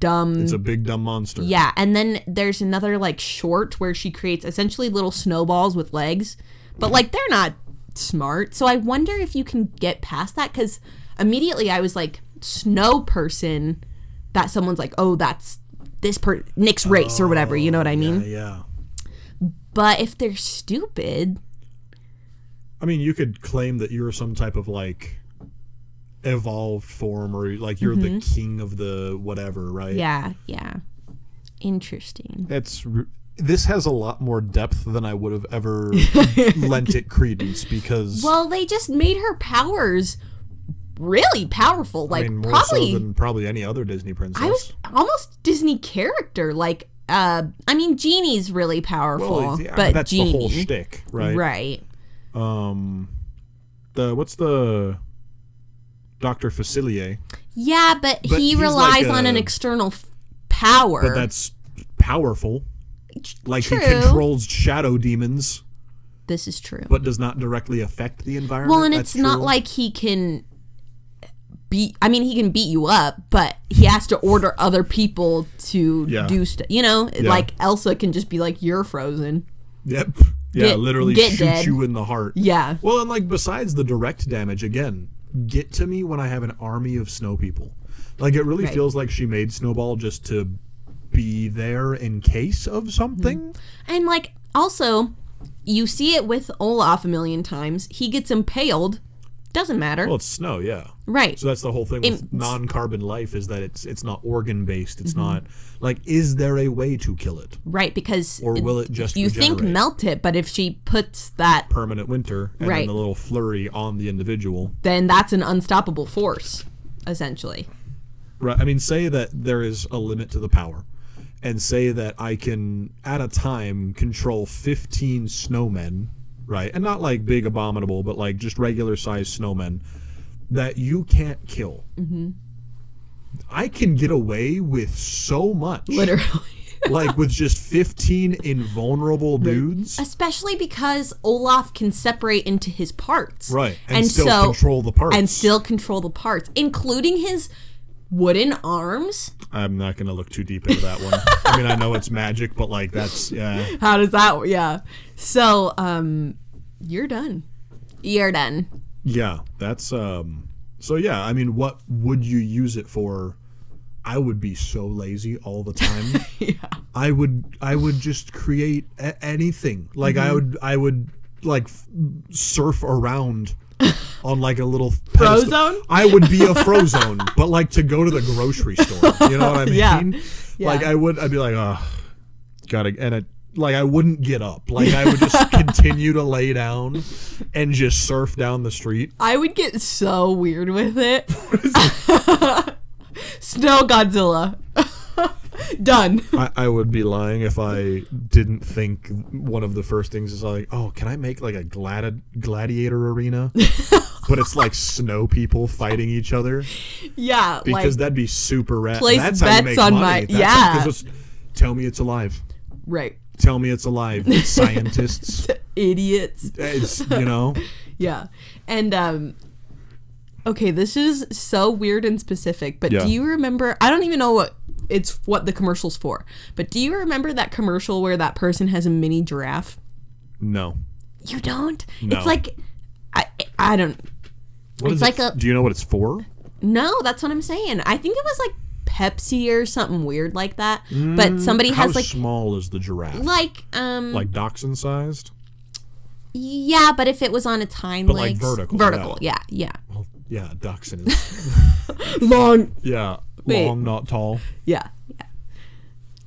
dumb. It's a big dumb monster. Mm. yeah. And then there's another, like, short where she creates essentially little snowballs with legs. But, like, they're not smart. So I wonder if you can get past that. Because immediately I was like, snow person that someone's like, oh, that's this per Nick's race or whatever. You know what I mean? Oh, Yeah, yeah. But if they're stupid, I mean, you could claim that you're some type of like evolved form, or like you're the Mm-hmm. king of the whatever, right? yeah, yeah. Interesting. That's r- this has a lot more depth than I would have [LAUGHS] ever lent it credence because Well, they just made her powers really powerful. I Like mean more probably so than probably any other Disney princess. I was almost Disney character. Like uh I mean Genie's really powerful. Well, yeah, but that's Genie the whole shtick, right? Right. Um, the what's the Doctor Facilier? Yeah, but, But he he's relies like on a- an external f- power. But that's powerful. Like True. he controls shadow demons, this is true. but does not directly affect the environment. Well, and That's it's not true. like he can beat. I mean, he can beat you up, but he has to order other people to Yeah. do stuff. You know, like Elsa can just be like, "You're frozen." Yep. Yeah, Get- literally get shoots dead. you in the heart. Yeah, Well, and like besides the direct damage, again, get to me when I have an army of snow people. Like it really Right. feels like she made Snowball just to be there in case of something. and like also, you see it with Olaf a million times. He gets impaled. Doesn't matter, Well, it's snow, yeah. right? So that's the whole thing with It's- non-carbon life is that it's it's not organ based. Mm-hmm. It's not like is there a way to kill it? right, because Or will it just you regenerate? think melt it, but if she puts that, permanent winter and Right. then the little flurry on the individual? then that's an unstoppable force, essentially. [LAUGHS] Right. I mean, say that there is a limit to the power, and say that I can at a time control 15 snowmen, right? And not like big abominable, but like just regular sized snowmen that you can't kill. Mm-hmm. I can get away with so much. Literally. [LAUGHS] like with just 15 invulnerable dudes. Especially because Olaf can separate into his parts. Right. And, And, still so control the parts. and still control the parts, including his wooden arms. I'm not going to look too deep into that one. I mean, I know it's magic, but like that's yeah. How does that yeah. So, um you're done. You're done. Yeah, that's um so yeah, I mean what would you use it for? I would be so lazy all the time. yeah. I would I would just create a- anything. Like I would I would like f- surf around on like a little pedestal. zone? I would be a fro zone, but like to go to the grocery store. You know what I mean? Yeah. Like Yeah. I would I'd be like, "Oh, gotta and it like I wouldn't get up. Like I [LAUGHS] would just continue to lay down and just surf down the street. I would get so weird with [LAUGHS] it. [LAUGHS] Snow Godzilla. [LAUGHS] done. [LAUGHS] I, I would be lying if I didn't think one of the first things is like, oh, can I make like a gladi- gladiator [LAUGHS] arena? but it's like snow people fighting each other Yeah, because like that'd be super rad. place That's how you bets make on money. my- That's how- yeah. 'cause it's- tell me it's alive. right. Tell me it's alive. [LAUGHS] Scientists. Idiots. It's you know. Yeah. And um okay, this is so weird and specific, but Yeah. do you remember I don't even know what it's what the commercial's for. But do you remember that commercial where that person has a mini giraffe? No. You don't? No. It's like I I don't What It's is like it? a- Do you know what it's for? No, that's what I'm saying. I think it was like Pepsi or something weird like that. but somebody Mm, How has like small is the giraffe? like um like dachshund sized? yeah, but if it was on its hind like, legs vertical, vertical, yeah, Well, yeah, [LAUGHS] dachshund. Is, yeah. Long yeah, Wait. long, not tall. Yeah.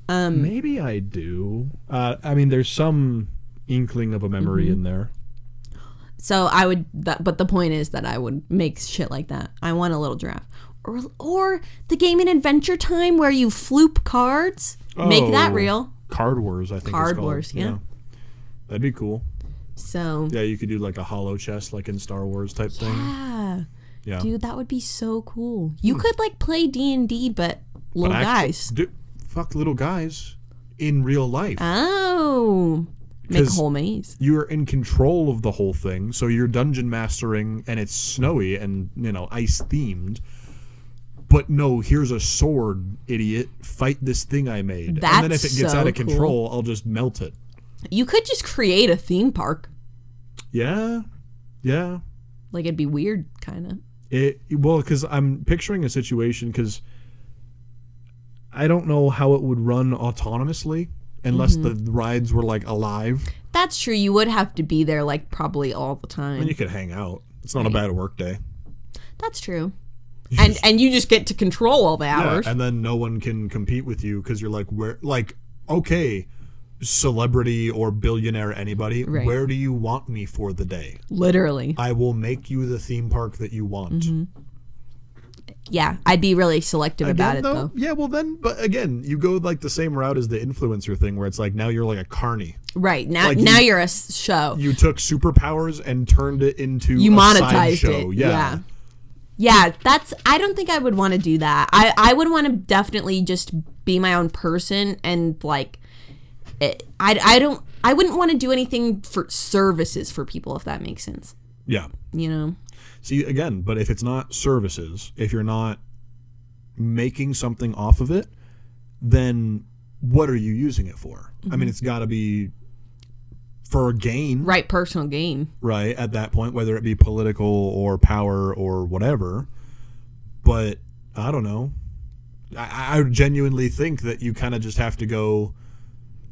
Um, Maybe I do. Uh, I mean, there's some inkling of a memory Mm-hmm. in there. So I would, that, but the point is that I would make shit like that. I want a little giraffe. Or or or the game and adventure time where you floop cards. Make that Oh, real. Card Wars, I think. it's Card called. Wars, yeah. That'd be cool. So Yeah, you could do like a hollow chest, like in Star Wars type thing. yeah. Yeah. Hmm. Dude, that would be so cool. You could like play D and D, but little But actu- guys. do- fuck little guys in real life. Oh, make a 'Cause- whole maze. you're in control of the whole thing, so you're dungeon mastering and it's snowy and, you know, ice themed. But no, here's a sword, idiot. Fight this thing I made. and then if That's it gets so out of cool. control, I'll just melt it. You could just create a theme park. Yeah. Yeah. Like it'd be weird, kind of. It well, because I'm picturing a situation because I don't know how it would run autonomously unless Mm-hmm. the rides were like alive That's true. You would have to be there like probably all the time. and you could hang out. It's not a bad work day. That's [LAUGHS] true. And and you just get to control all the hours. and then no one can compete with you because you're like where like okay, celebrity or billionaire anybody, Right. where do you want me for the day? Literally. I will make you the theme park that you want. Mm-hmm. Yeah, I'd be really selective about it Again, though. Yeah, well then but again, you go like the same route as the influencer thing where it's like now you're like a carny. Right. Now Like, now you- you, are a s- show. you took superpowers and turned it into You a monetized sideshow. it. Yeah. Yeah. Yeah, that's I don't think I would want to do that. I I would want to definitely just be my own person and like it, I I don't I wouldn't want to do anything for services for people if that makes sense. Yeah. You know. See again, but if it's not services, if you're not making something off of it, then what are you using it for? I mean, it's got to be for a gain, Right personal gain. right? At that point, whether it be political or power or whatever. But I don't know. I, I genuinely think that you kind of just have to go,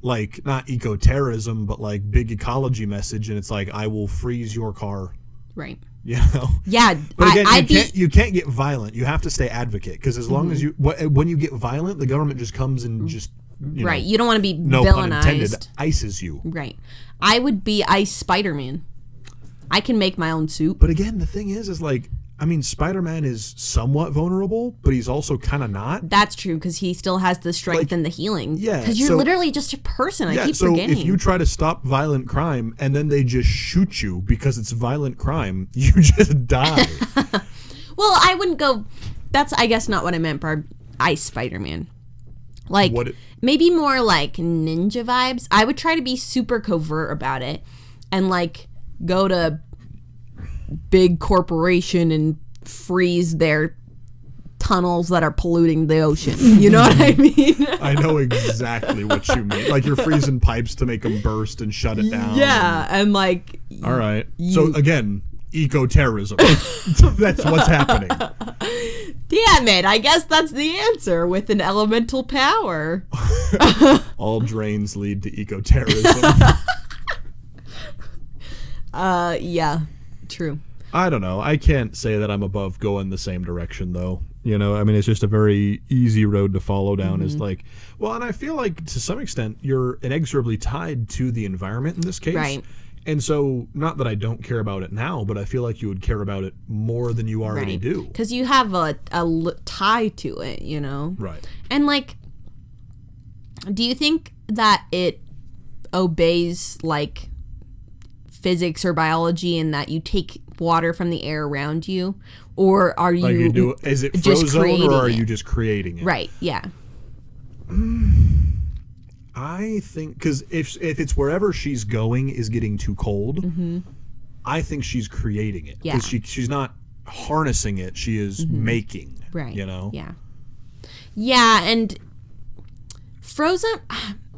like, not eco terrorism, but like big ecology message. And it's like, I will freeze your car, [LAUGHS] Right. you know? Yeah, But again, I, you, I'd be Mm-hmm. can't, you can't get violent. You have to stay advocate because as long as you, wh- when you get violent, the government just comes and just, Mm. you right. know, you don't want to be no pun intended, villainized. Mm. ices you. Right. I would be Ice Spider Man. I can make my own soup. But again, the thing is, is like, I mean, Spider Man is somewhat vulnerable, but he's also kind of not. That's true because he still has the strength and the healing. yeah, Because you're so- literally just a person. I Yeah, keep so forgetting. if you try to stop violent crime and then they just shoot you because it's violent crime, [LAUGHS] you just die. well, I wouldn't go. That's I guess not what I meant by Ice Spider Man. Like What it- maybe more like ninja vibes. I would try to be super covert about it, and like go to big corporation and freeze their tunnels that are polluting the ocean. You know what [LAUGHS] I mean? I [LAUGHS] know exactly what you mean. Like you're freezing pipes to make them burst and shut it down. Yeah, and like All right. So again, eco [LAUGHS] terrorism. [LAUGHS] That's what's happening. Damn it, I guess that's the answer with an elemental [LAUGHS] power. All drains lead to [LAUGHS] eco terrorism. Uh yeah, true. I don't know. I can't say that I'm above going the same direction though. You know, I mean, it's just a very easy road to follow down. Mm-hmm. Is like, well, and I feel like to some extent you're inexorably tied to the environment in this case. Right. And so, not that I don't care about it now, but I feel like you would care about it more than you already do. Cuz you have a a l- tie to it, you know. Right. And like do you think that it obeys like physics or biology and that you take water from the air around you or are you, Like you do. Is it just frozen or are creating it. you just creating it? Right, yeah. I think because if if it's wherever she's going is getting too cold, I think she's creating it Mm-hmm. Yeah. Mm-hmm. because she she's not harnessing it; she is making. Right. You know. Yeah. Yeah, and frozen. [SIGHS]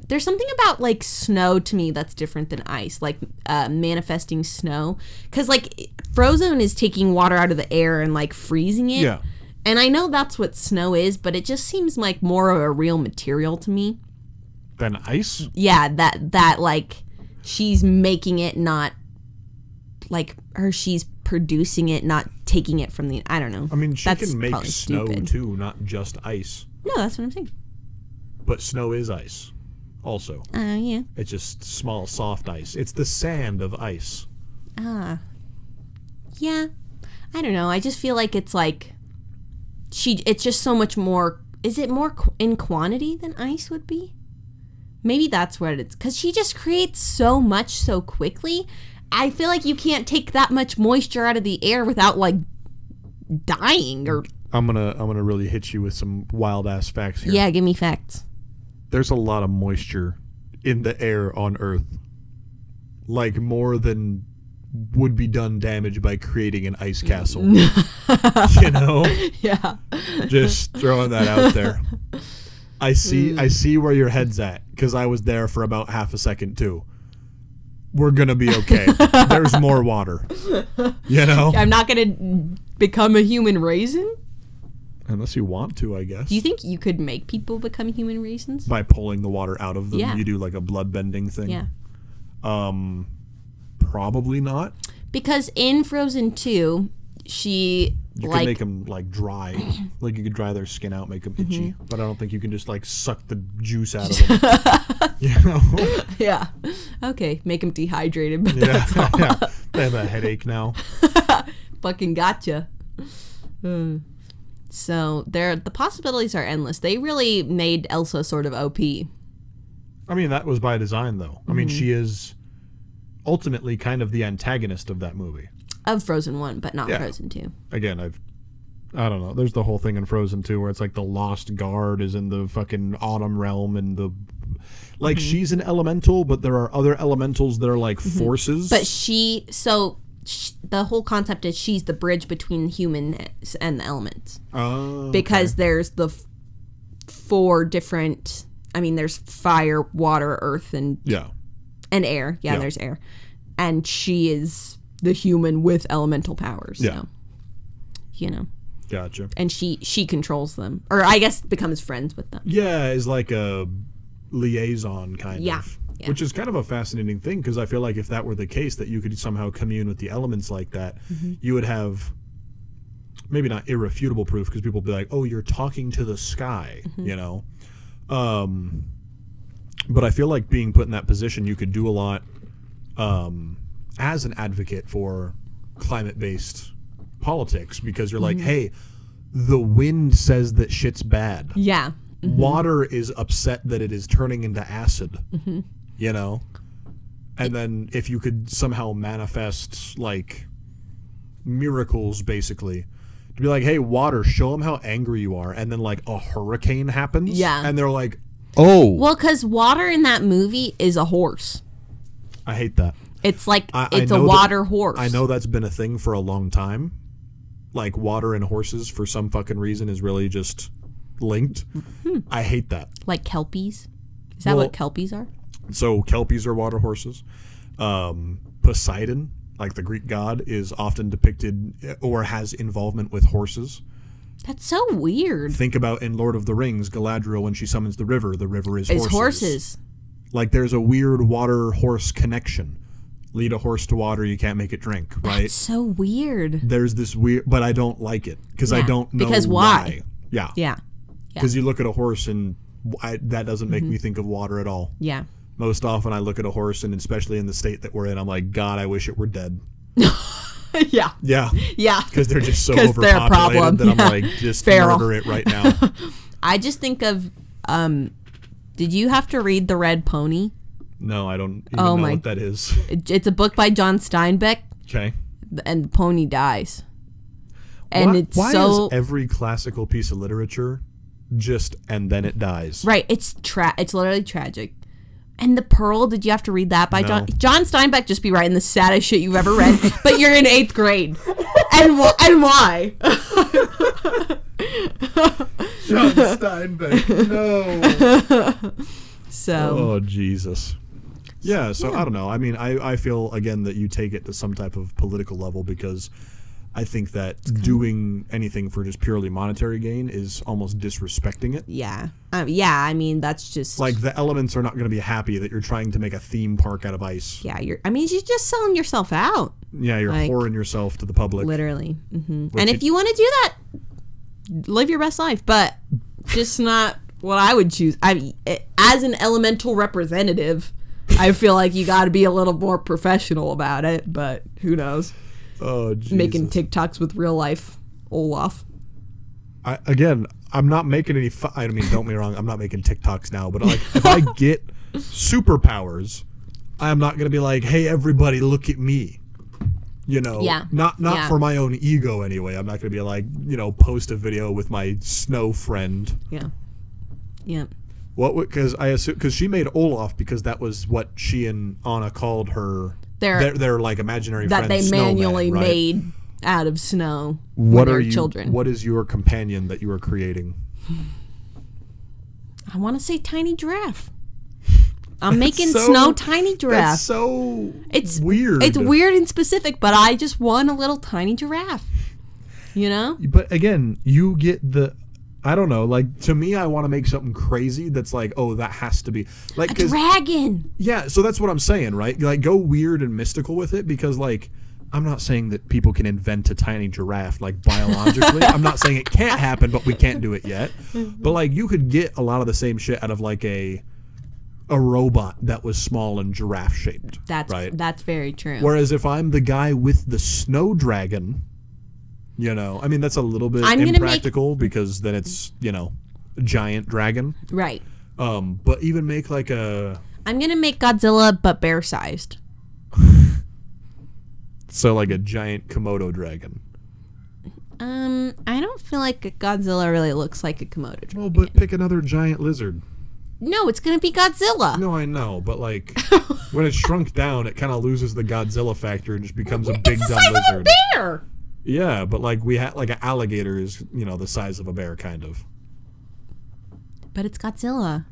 There's something about like snow to me that's different than ice, like uh, manifesting snow, because like frozen is taking water out of the air and like freezing it. Yeah. And I know that's what snow is, but it just seems like more of a real material to me. Then ice. Yeah, that that like she's making it, not like or she's producing it, not taking it from the. I don't know. I mean, she That's can make probably snow stupid. too, not just ice. No, that's what I'm saying. But snow is ice. Also, Oh yeah. it's just small, soft ice. It's the sand of ice. Uh, Yeah. I don't know. I just feel like it's like she it's just so much more is it more qu- in quantity than ice would be maybe that's what it's because she just creates so much so quickly i feel like you can't take that much moisture out of the air without like dying or I'm gonna I'm gonna really hit you with some wild ass facts here. yeah give me facts There's a lot of moisture in the air on Earth. Like more than would be done damage by creating an [LAUGHS] ice castle. you know? [LAUGHS] yeah Just throwing that out there. I see Mm. I see where your head's at cuz I was there for about half a second too. We're going to be okay. There's more water. [LAUGHS] You know? i'm not gonna become a human raisin Unless you want to, I guess. do you think you could make people become human raisins by pulling the water out of them, Yeah. you do like a blood bending thing. yeah Um, probably not. because in frozen 2 she You like can make them like [CLEARS THROAT] dry, like you could dry their skin out, make them Mm-hmm. itchy. But I don't think you can just like suck the juice out [LAUGHS] of them. [LAUGHS] you know? [LAUGHS] yeah okay make them dehydrated but yeah, [LAUGHS] yeah. They have a headache now. [LAUGHS] fucking gotcha. Mm. So there, the possibilities are endless. They really made Elsa sort of OP. I mean, that was by design, though. I Mm-hmm. mean, she is ultimately kind of the antagonist of that movie. Of Frozen One, but not Yeah. Frozen Two. Again, I've. I don't know. There's the whole thing in Frozen 2 where it's like the Lost Guard is in the fucking Autumn Realm and the. Like, Mm-hmm. she's an elemental, but there are other elementals that are like forces. But she, so sh the whole concept is she's the bridge between humans and the elements Oh, because there's the f- four different. I mean, there's fire, water, earth, and yeah. and air. Yeah, Yeah. there's air, and she is the human with elemental powers. Yeah. So, you know. Gotcha. and she she controls them or i guess becomes friends with them Yeah, is like a liaison kind Yeah, of. yeah. Which is kind of a fascinating thing because I feel like if that were the case, that you could somehow commune with the elements like that, Mm-hmm. you would have maybe not irrefutable proof because people would be like, oh, you're talking to the sky, Mm-hmm. you know? Um, but I feel like being put in that position, you could do a lot um, as an advocate for climate based politics because you're like, Mm-hmm. hey, the wind says that shit's bad yeah water is upset that it is turning into acid you know and then if you could somehow manifest like miracles basically to be like hey water show them how angry you are and then like a hurricane happens Yeah. and they're like oh well because water in that movie is a horse i hate that it's like I- I it's know a that- water horse i know that's been a thing for a long time like water and horses for some fucking reason is really just linked i hate that like kelpies is that Well- what kelpies are So kelpies are water horses. Um, Poseidon, like the Greek god, is often depicted eh, or has involvement with horses. that's so weird Think about in Lord of the Rings, Galadriel when she summons the river, the river is, it's horses. horses Like there's a weird water horse connection. Lead a horse to water, you can't make it drink, right? it's so weird there's this weird, but I don't like it because I Yeah, don't know because why? why. Yeah, yeah yeah Mm-hmm. because you look at a horse and I, that doesn't make me think of water at all. yeah [LAUGHS] most often I look at a horse, and especially in the state that we're in, I'm like, God, I wish it were dead. yeah [LAUGHS] Yeah, yeah because they're just so [LAUGHS] 'Cause they're a problem, overpopulated that I'm yeah. [LAUGHS] like, just Feral. murder it right now. [LAUGHS] i just think of um did you have to read the red pony no, I don't even Oh know my- what that is. [LAUGHS] It- it's a book by john steinbeck Okay. and the pony dies and why, it's why so is every classical piece of literature just and then it dies? Right. It's tra- It's literally tragic. And the Pearl. Did you have to read that by John No. John Steinbeck? Just be writing the saddest shit you've ever read. [LAUGHS] but you're in eighth grade. And wh- and why? [LAUGHS] John Steinbeck. No. So oh Jesus. Yeah, so I don't know. I mean, I, I feel again that you take it to some type of political level because I think that doing anything for just purely monetary gain is almost disrespecting it. yeah, um, yeah. I mean, that's just Like the elements are not going to be happy that you're trying to make a theme park out of ice. yeah. You're. I mean, you're just selling yourself out, Yeah, you're Like- whoring yourself to the public. literally. hmm Which And if it- you want to do that, live your best life. But just not what I would choose. I as an elemental representative. I feel like you got to be a little more professional about it, but who knows? oh, Jesus. making TikToks with real life Olaf. I, again, I'm not making any. Fu- I mean, don't get me wrong. I'm not making TikToks now, but like, [LAUGHS] if I get superpowers, I'm not gonna be like, "Hey, everybody, look at me." You know, Yeah. not not Yeah. for my own ego anyway. I'm not gonna be like, you know, post a video with my snow friend. Yeah. Yeah. What? Because I assume because she made Olaf because that was what she and Anna called her. Their- their, their, like imaginary That friend, they snowman, manually right? made out of snow. What for are their you? children? What is your companion that you are creating? I want to say tiny [LAUGHS] giraffe. I'm making so- snow tiny That's giraffe. so It's weird. It's weird and specific, but I just want a little tiny giraffe. You know? But again, you get the I don't know, like to me I want to make something crazy that's like, oh, that has to be like A 'cause- dragon. yeah, so that's what I'm saying, right? Like go weird and mystical with it because like I'm not saying that people can invent a tiny giraffe like biologically. I'm not saying it can't happen, but we can't do it yet. Mm-hmm. But like you could get a lot of the same shit out of like a a robot that was small and giraffe shaped. That's right. that's very true. Whereas if I'm the guy with the snow dragon, you know, I mean that's a little bit I'm gonna make- impractical because then it's you know, a giant dragon. right. Um, but even make like a I'm gonna make Godzilla but bear sized. so like a giant Komodo dragon. Um, I don't feel like a Godzilla really looks like a Komodo dragon. Well, but pick another giant lizard. No, it's gonna be Godzilla. No, I know, [LAUGHS] but like when it's shrunk down, it kind of loses the Godzilla factor and just becomes a big it's the dumb size of a lizard. bear. Yeah, but like we had like an alligator is you know the size of a bear kind of. But it's [LAUGHS] Godzilla.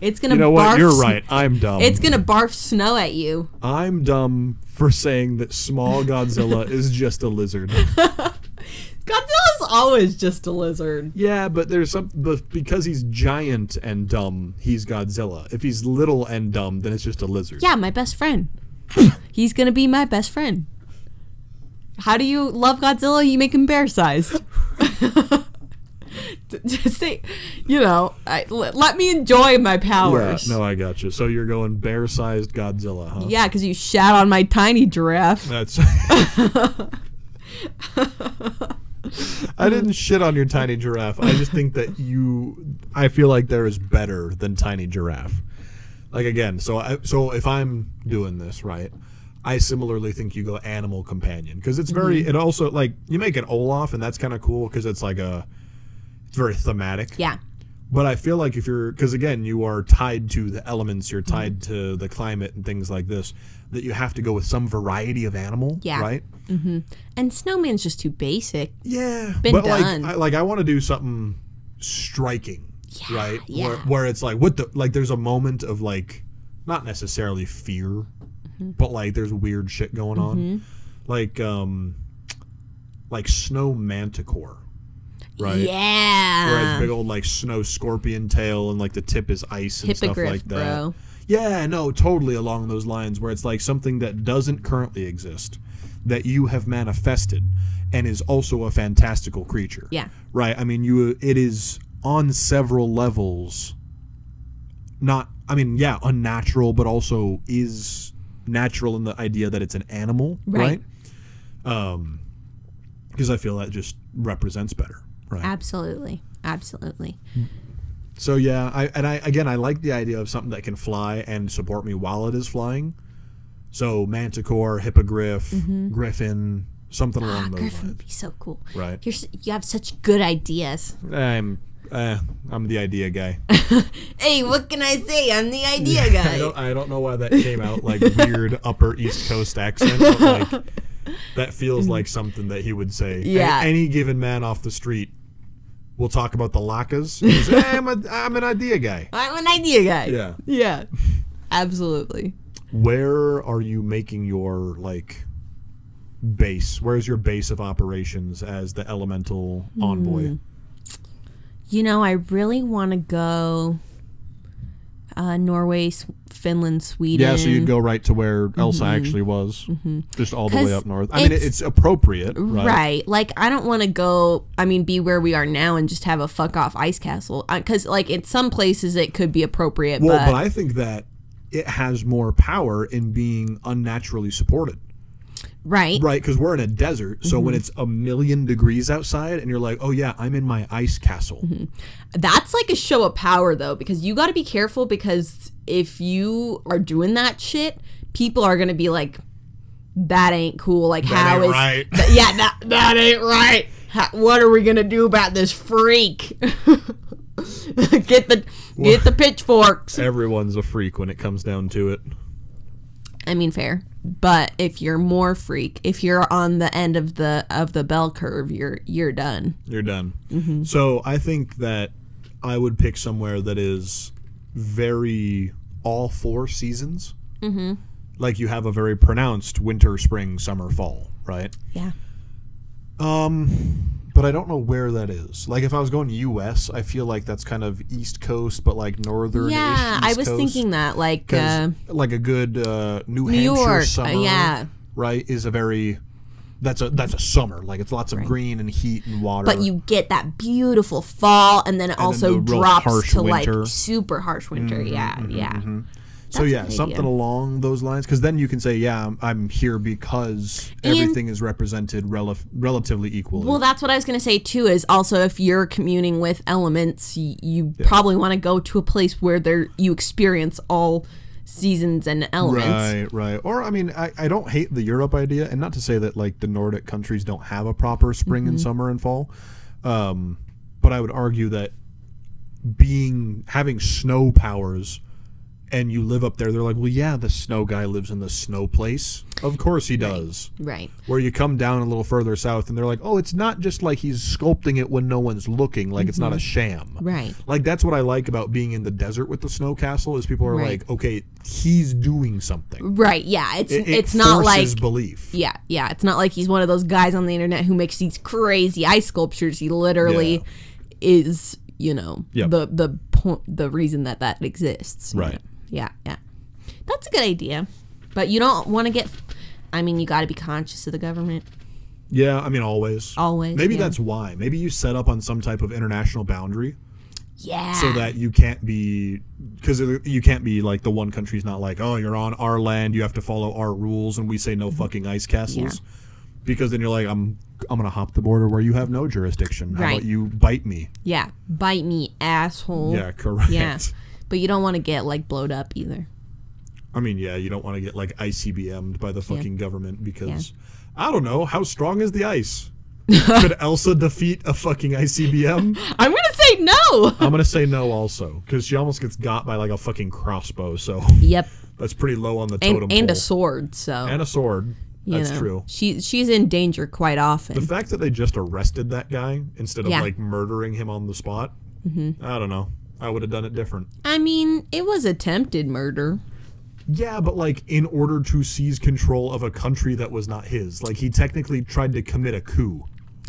it's gonna You know barf what? You're sn- right. I'm dumb. It's gonna barf snow at you. I'm dumb for saying that small Godzilla is just a lizard. Godzilla's always just a lizard. Yeah, but there's some but because he's giant and dumb, he's Godzilla. If he's little and dumb, then it's just a lizard. Yeah, my best [LAUGHS] friend. He's gonna be my best friend. How do you love Godzilla? You make him bear [LAUGHS] sized. [LAUGHS] Just say, you know, I, l- let me enjoy my Yeah, powers. no, I got you. So you're going bear-sized Godzilla, huh? Yeah, because you shat on my tiny giraffe. That's. I didn't shit on your tiny giraffe. I just think that you. I feel like there is better than tiny giraffe. Like again, so I, so if I'm doing this right, I similarly think you go animal companion because it's very. It also like you make an Olaf and that's kind of cool because it's like a. It's very thematic. Yeah, But I feel like if you're, because again, you are tied to the elements, you're Mm-hmm. tied to the climate and things like this, that you have to go with some variety of animal, Yeah. right? and snowman's just too basic. Yeah, Been but done. like, I, like I want to do something striking, right? Where, yeah. where it's like, what the, like, there's a moment of like, not necessarily fear, Mm-hmm. but like, there's weird shit going on, like, um, like snow manticore, right? Whereas Yeah, big old like snow scorpion tail and like the tip is ice and Hippogriff, stuff like that. bro. Yeah, no, totally along those lines where it's like something that doesn't currently exist that you have manifested and is also a fantastical creature. Yeah. Right? I mean, you it is on several levels not I mean, yeah, unnatural but also is natural in the idea that it's an animal, Right. right? Um because I feel that just represents better, right? absolutely, absolutely. So yeah, I and I again I like the idea of something that can fly and support me while it is flying. So manticore, hippogriff, griffin, something along those Mm-hmm. Ah, Griffin would lines. be so cool. Right. You're, s- you have such good ideas. I'm eh, I'm the [LAUGHS] idea guy. Hey, what can I say? I'm [LAUGHS] the idea I guy. don't I don't know why that came out like [LAUGHS] weird upper East Coast accent, but like that feels like something that he would say. A- Mm-hmm. Yeah. any given man off the street will talk about the [LAUGHS] lacas. He's, "Eh, I'm a, I'm an idea guy. I'm an idea guy. Yeah. Yeah. [LAUGHS] Absolutely. where are you making your like base where's your base of operations as the elemental Hmm. envoy You know, I really want to go uh, Norway, S- Finland, Sweden. yeah so you'd go right to where elsa actually was just all Mm-hmm. the 'Cause way up north i mean it's- it- it's appropriate right, Right. Like, I don't want to go, I mean, be where we are now and just have a fuck off ice castle. Because, like, in some places it could be appropriate, well but, but i think that it has more power in being unnaturally supported right? Right, because we're in a desert, so Mm-hmm. when it's a million degrees outside, and you're like, "Oh yeah, I'm in my ice castle." Mm-hmm. That's like a show of power though, because you got to be careful because if you are doing that shit, people are gonna be like, "That ain't cool." Like, how ain't is right. Th- yeah, that that ain't right. How, what are we gonna do about this freak? [LAUGHS] get the get the [LAUGHS] pitchforks. Everyone's a freak when it comes down to it. I mean, fair. But if you're more freak, if you're on the end of the of the bell curve, you're you're done. You're done. Mm-hmm. So I think that I would pick somewhere that is very all four seasons. Mm-hmm. Like you have a very pronounced winter, spring, summer, fall, right? Yeah. But I don't know where that is. Like if I was going U.S., I feel like that's kind of East Coast, but like northern. Yeah, I was thinking that like uh, like a good uh, New, New Hampshire York, uh, summer, yeah. right, is a very that's a that's a summer. Like it's lots of green and heat and water. but you get that beautiful fall and then it also the real drops harsh to winter. Mm-hmm, like super harsh winter yeah yeah So yeah, good something idea. along those lines, because then you can say, yeah, I'm, I'm here because And- everything is represented rel- relatively equally. well that's what i was going to say too is also if you're communing with elements y- you probably want to go to a place where there you experience all seasons and elements right, right. Or I mean, I, I don't hate the Europe idea, and not to say that like the Nordic countries don't have a proper spring Mm-hmm. and summer and fall, um, but I would argue that being having snow powers. And you live up there, they're like, well, yeah, the snow guy lives in the snow place. Of course he does. right where you come down a little further south and they're like, oh, it's not just like he's sculpting it when no one's looking, like it's not a sham. Mm-hmm. right Like that's what I like about being in the desert with the snow castle is people are Right. like, okay, he's doing something. right yeah it's It- it it's not like forces belief. yeah yeah it's not like he's one of those guys on the internet who makes these crazy ice sculptures he literally Yeah. is you know Yep. the the point the reason that that exists you Right. know? yeah yeah that's a good idea but you don't want to get i mean you got to be conscious of the government Yeah, I mean always. Always, Maybe yeah. that's why. Maybe you set up on some type of international boundary yeah so that you can't be because you can't be like the one country's not like oh you're on our land you have to follow our rules and we say Mm-hmm. no fucking ice castles because then you're like i'm i'm gonna hop the border where you have no jurisdiction how Right. about you bite me yeah bite me asshole yeah correct yeah but you don't want to get like blowed up either [LAUGHS] i mean yeah you don't want to get like icbm'd by the fucking government because i don't know how strong is the [LAUGHS] ice could elsa defeat a fucking icbm i'm gonna say no i'm gonna say no also because she almost gets got by like a fucking crossbow so [LAUGHS] yep that's pretty low on the and, totem and a pole. sword so and a sword you that's know, true she she's in danger quite often The fact that they just arrested that guy instead of Yeah. Mm-hmm. like murdering him on the spot, I don't know. I would have done it different. I mean, it was attempted murder. Yeah, but like in order to seize control of a country that was not his, like he technically tried to commit a coup.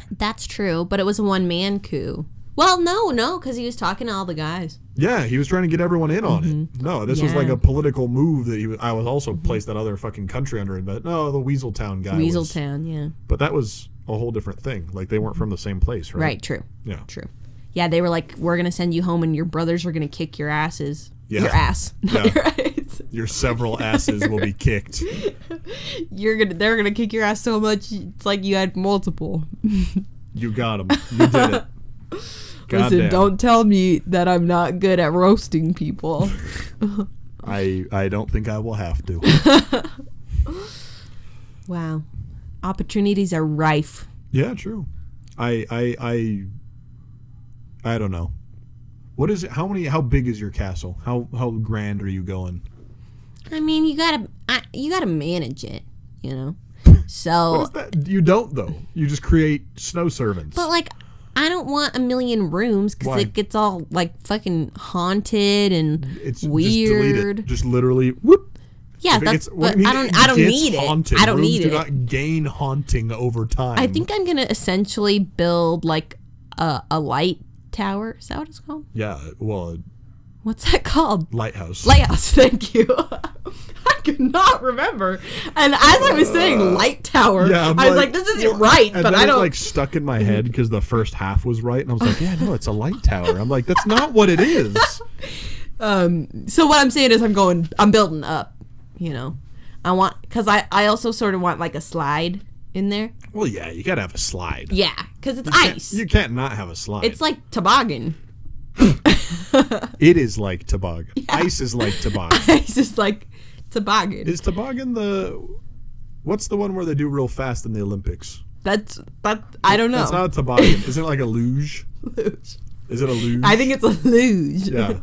That's true, but it was a one man coup. Well, no, no, because he was talking to all the guys. Yeah, he was trying to get everyone in on it. No, this was like Mm-hmm. Yeah. a political move that he was. I was also placed that other fucking country under it, but no, the Weaseltown guy. was- Weaseltown, yeah. but that was a whole different thing. Like they weren't from the same place, right? Right, true, Yeah. true. Yeah, they were like, we're going to send you home and your brothers are going to kick your asses. Yeah. Your ass. Not [LAUGHS] Yeah. [LAUGHS] your ass. Your several asses will [LAUGHS] be kicked. You're gonna, they're gonna kick your ass so much. It's like you had multiple. You got him. You [LAUGHS] did it. Listen, Goddamn. don't tell me that I'm not good at roasting [LAUGHS] people. I I don't think I will have [LAUGHS] to. wow, opportunities are rife. yeah, true. I I I I don't know. What is it? How many? How big is your castle? How how grand are you going? I mean, you gotta, I, you gotta manage it. You know. [LAUGHS] So What is that? You don't though. You just create snow servants. But like, I don't want a million rooms Why? because it gets all like fucking haunted and it's Just, delete weird. it. just literally. Whoop. yeah, If it that's. gets- what But do you I mean don't. I don't gets need haunted? it. I don't Rooms need do it. not gain haunting over time. I think I'm gonna essentially build like a, a light tower. Is that what it's called? Yeah. Well, What's that called? lighthouse. Lighthouse. [LAUGHS] Thank you. I could not remember. And as I was saying, light tower. Uh, Yeah, I'm I was like, like- this isn't right. And But then I it, don't. like stuck in my head because the first half was right, and I was like, "Yeah, no, it's a light tower." I'm like, "That's not what it is." so what I'm saying is, I'm going. I'm building up. You know. I want because I I also sort of want like a slide in there. [LAUGHS] Well, yeah, you gotta have a slide. Yeah, because it's Can't- ice. You can't not have a slide. it's like toboggan. [LAUGHS] it is like toboggan. Ice is like toboggan. [LAUGHS] it's just like toboggan. Is toboggan the what's the one where they do real fast in the Olympics? that's that. I don't know. That's not a toboggan. Is it like a luge? [LAUGHS] Luge. Is it a luge? I think it's a luge. [LAUGHS] yeah.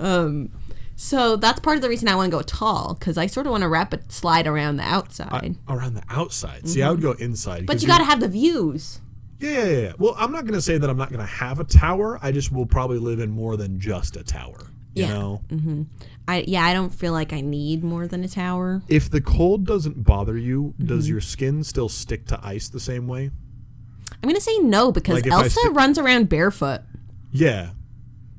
Um, so that's part of the reason I want to go tall because I sort of want to wrap a slide around the outside. Around the outside. See, I would go inside. Mm-hmm. but 'cause you got to have the views. Yeah, yeah, yeah. Well, I'm not gonna say that I'm not gonna have a tower. I just will probably live in more than just a tower. You Yeah. know, I yeah, I don't feel like I need more than a tower. if the cold doesn't bother you, Mm-hmm. does your skin still stick to ice the same way? I'm gonna say no because Like, if I Elsa stick- runs around barefoot. Yeah,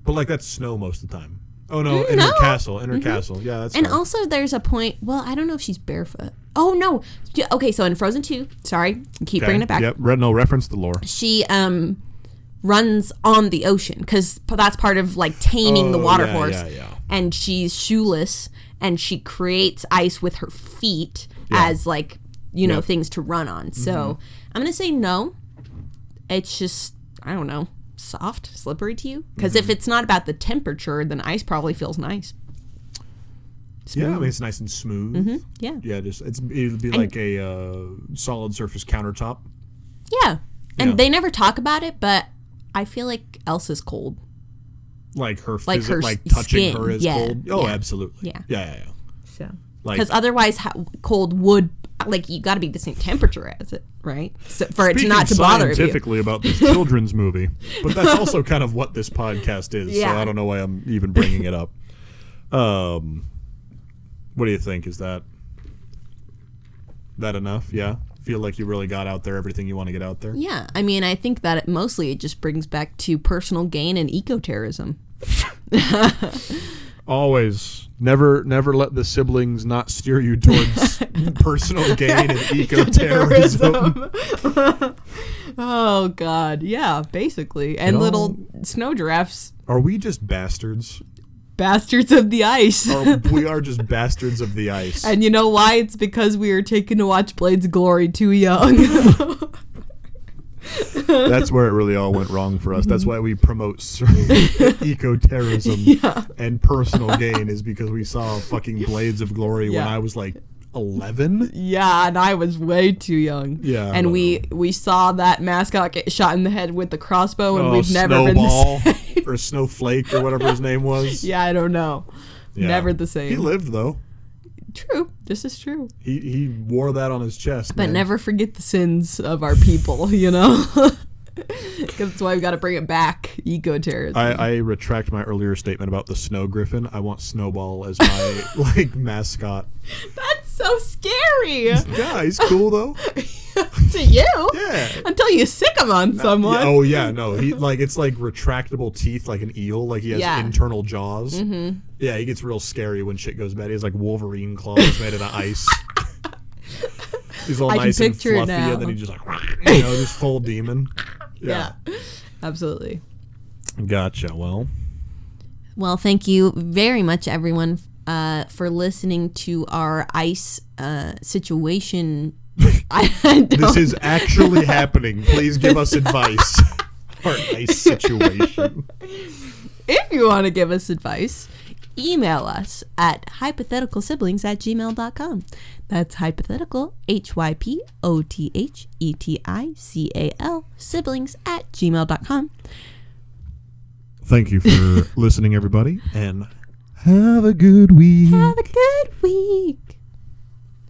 but like that's snow most of the time. Oh no, in Mm, no. Mm-hmm. her castle, in her castle. Yeah, that's And fine. also, there's a point. Well, I don't know if she's barefoot. Oh no. Yeah, Okay, so in Frozen Two, sorry, keep Okay. bringing it back. Yep, re- no reference the lore. She um runs on the ocean because that's part of like taming the Oh, water yeah, horse. yeah, yeah. And she's shoeless, and she creates ice with her feet as like you know Yep. Mm-hmm. things to run on. So I'm gonna say no. It's just I don't know, soft, slippery to you. Because Mm-hmm. if it's not about the temperature, then ice probably feels nice. Yeah, I Mm-hmm. mean it's nice and smooth. Yeah. Yeah, just it's it'd be like a uh, solid surface countertop. Yeah. And Yeah. they never talk about it, but I feel like Elsa's cold. Like her, Like physi- her like s- touching skin, her is yeah, cold. Oh, yeah. absolutely. Yeah. yeah, yeah. yeah. So Like because otherwise, ho- cold would like you got to be the same temperature as it, right? So for it to speaking not to bother you. scientifically about [LAUGHS] this children's movie, but that's also kind of what this podcast is. So Yeah. I don't know why I'm even bringing it up. Um, what do you think? Is that that enough? Yeah, feel like you really got out there everything you want to get out there. Yeah, I mean, I think that it mostly it just brings back to personal gain and [LAUGHS] eco-terrorism. Always, never, never let the siblings not steer [LAUGHS] you towards personal gain and eco terrorism. oh God, yeah, basically, and all- little snow giraffes, Are we just bastards? bastards of the ice. Or we are just bastards of the [LAUGHS] ice. And you know why? It's because we were taken to watch Blades of Glory too [LAUGHS] young. [LAUGHS] That's where it really all went wrong for us. Mm-hmm. That's why we promote [LAUGHS] eco terrorism and personal gain is because we saw [LAUGHS] fucking Blades of Glory when Yeah. I was like eleven. Yeah, and I was way too young. Yeah, I and we we saw that mascot get shot in the head with the crossbow, and Oh, we've never been the Snowball same. [LAUGHS] or Snowflake or whatever his name was. Yeah, I don't know. Yeah. Never the He same. lived though. true, this is true. He he wore that on his chest. But man. never forget the sins of our people, [LAUGHS] you know. 'Cause that's why we got to bring it back, eco terrorism. I, I retract my earlier statement about the snow griffin. I want Snowball as my [LAUGHS] like mascot. that's so [LAUGHS] scary [LAUGHS] Yeah, he's cool though. to you. Yeah. Until you sick 'em on someone. Yeah, oh yeah, no, he like it's like retractable teeth, like an eel, like he has Yeah. internal jaws. Mm-hmm. Yeah, he gets real scary when shit goes bad. He has like Wolverine claws made out [LAUGHS] of ice. He's all I can nice and picture it fluffy, now. and then he just like you know, just full demon. yeah. Absolutely. Gotcha. Well, Well, thank you very much, everyone, uh, for listening to our ice uh, situation. [LAUGHS] I, I [LAUGHS] this don't- is actually happening. Please give us advice. Our ice situation. [LAUGHS] if you want to give us advice, email us at hypothetical siblings at gmail.com. That's hypothetical, H Y P O T H E T I C A L, siblings at gmail.com. Thank you for listening, everybody, and have a good week. Have a good week.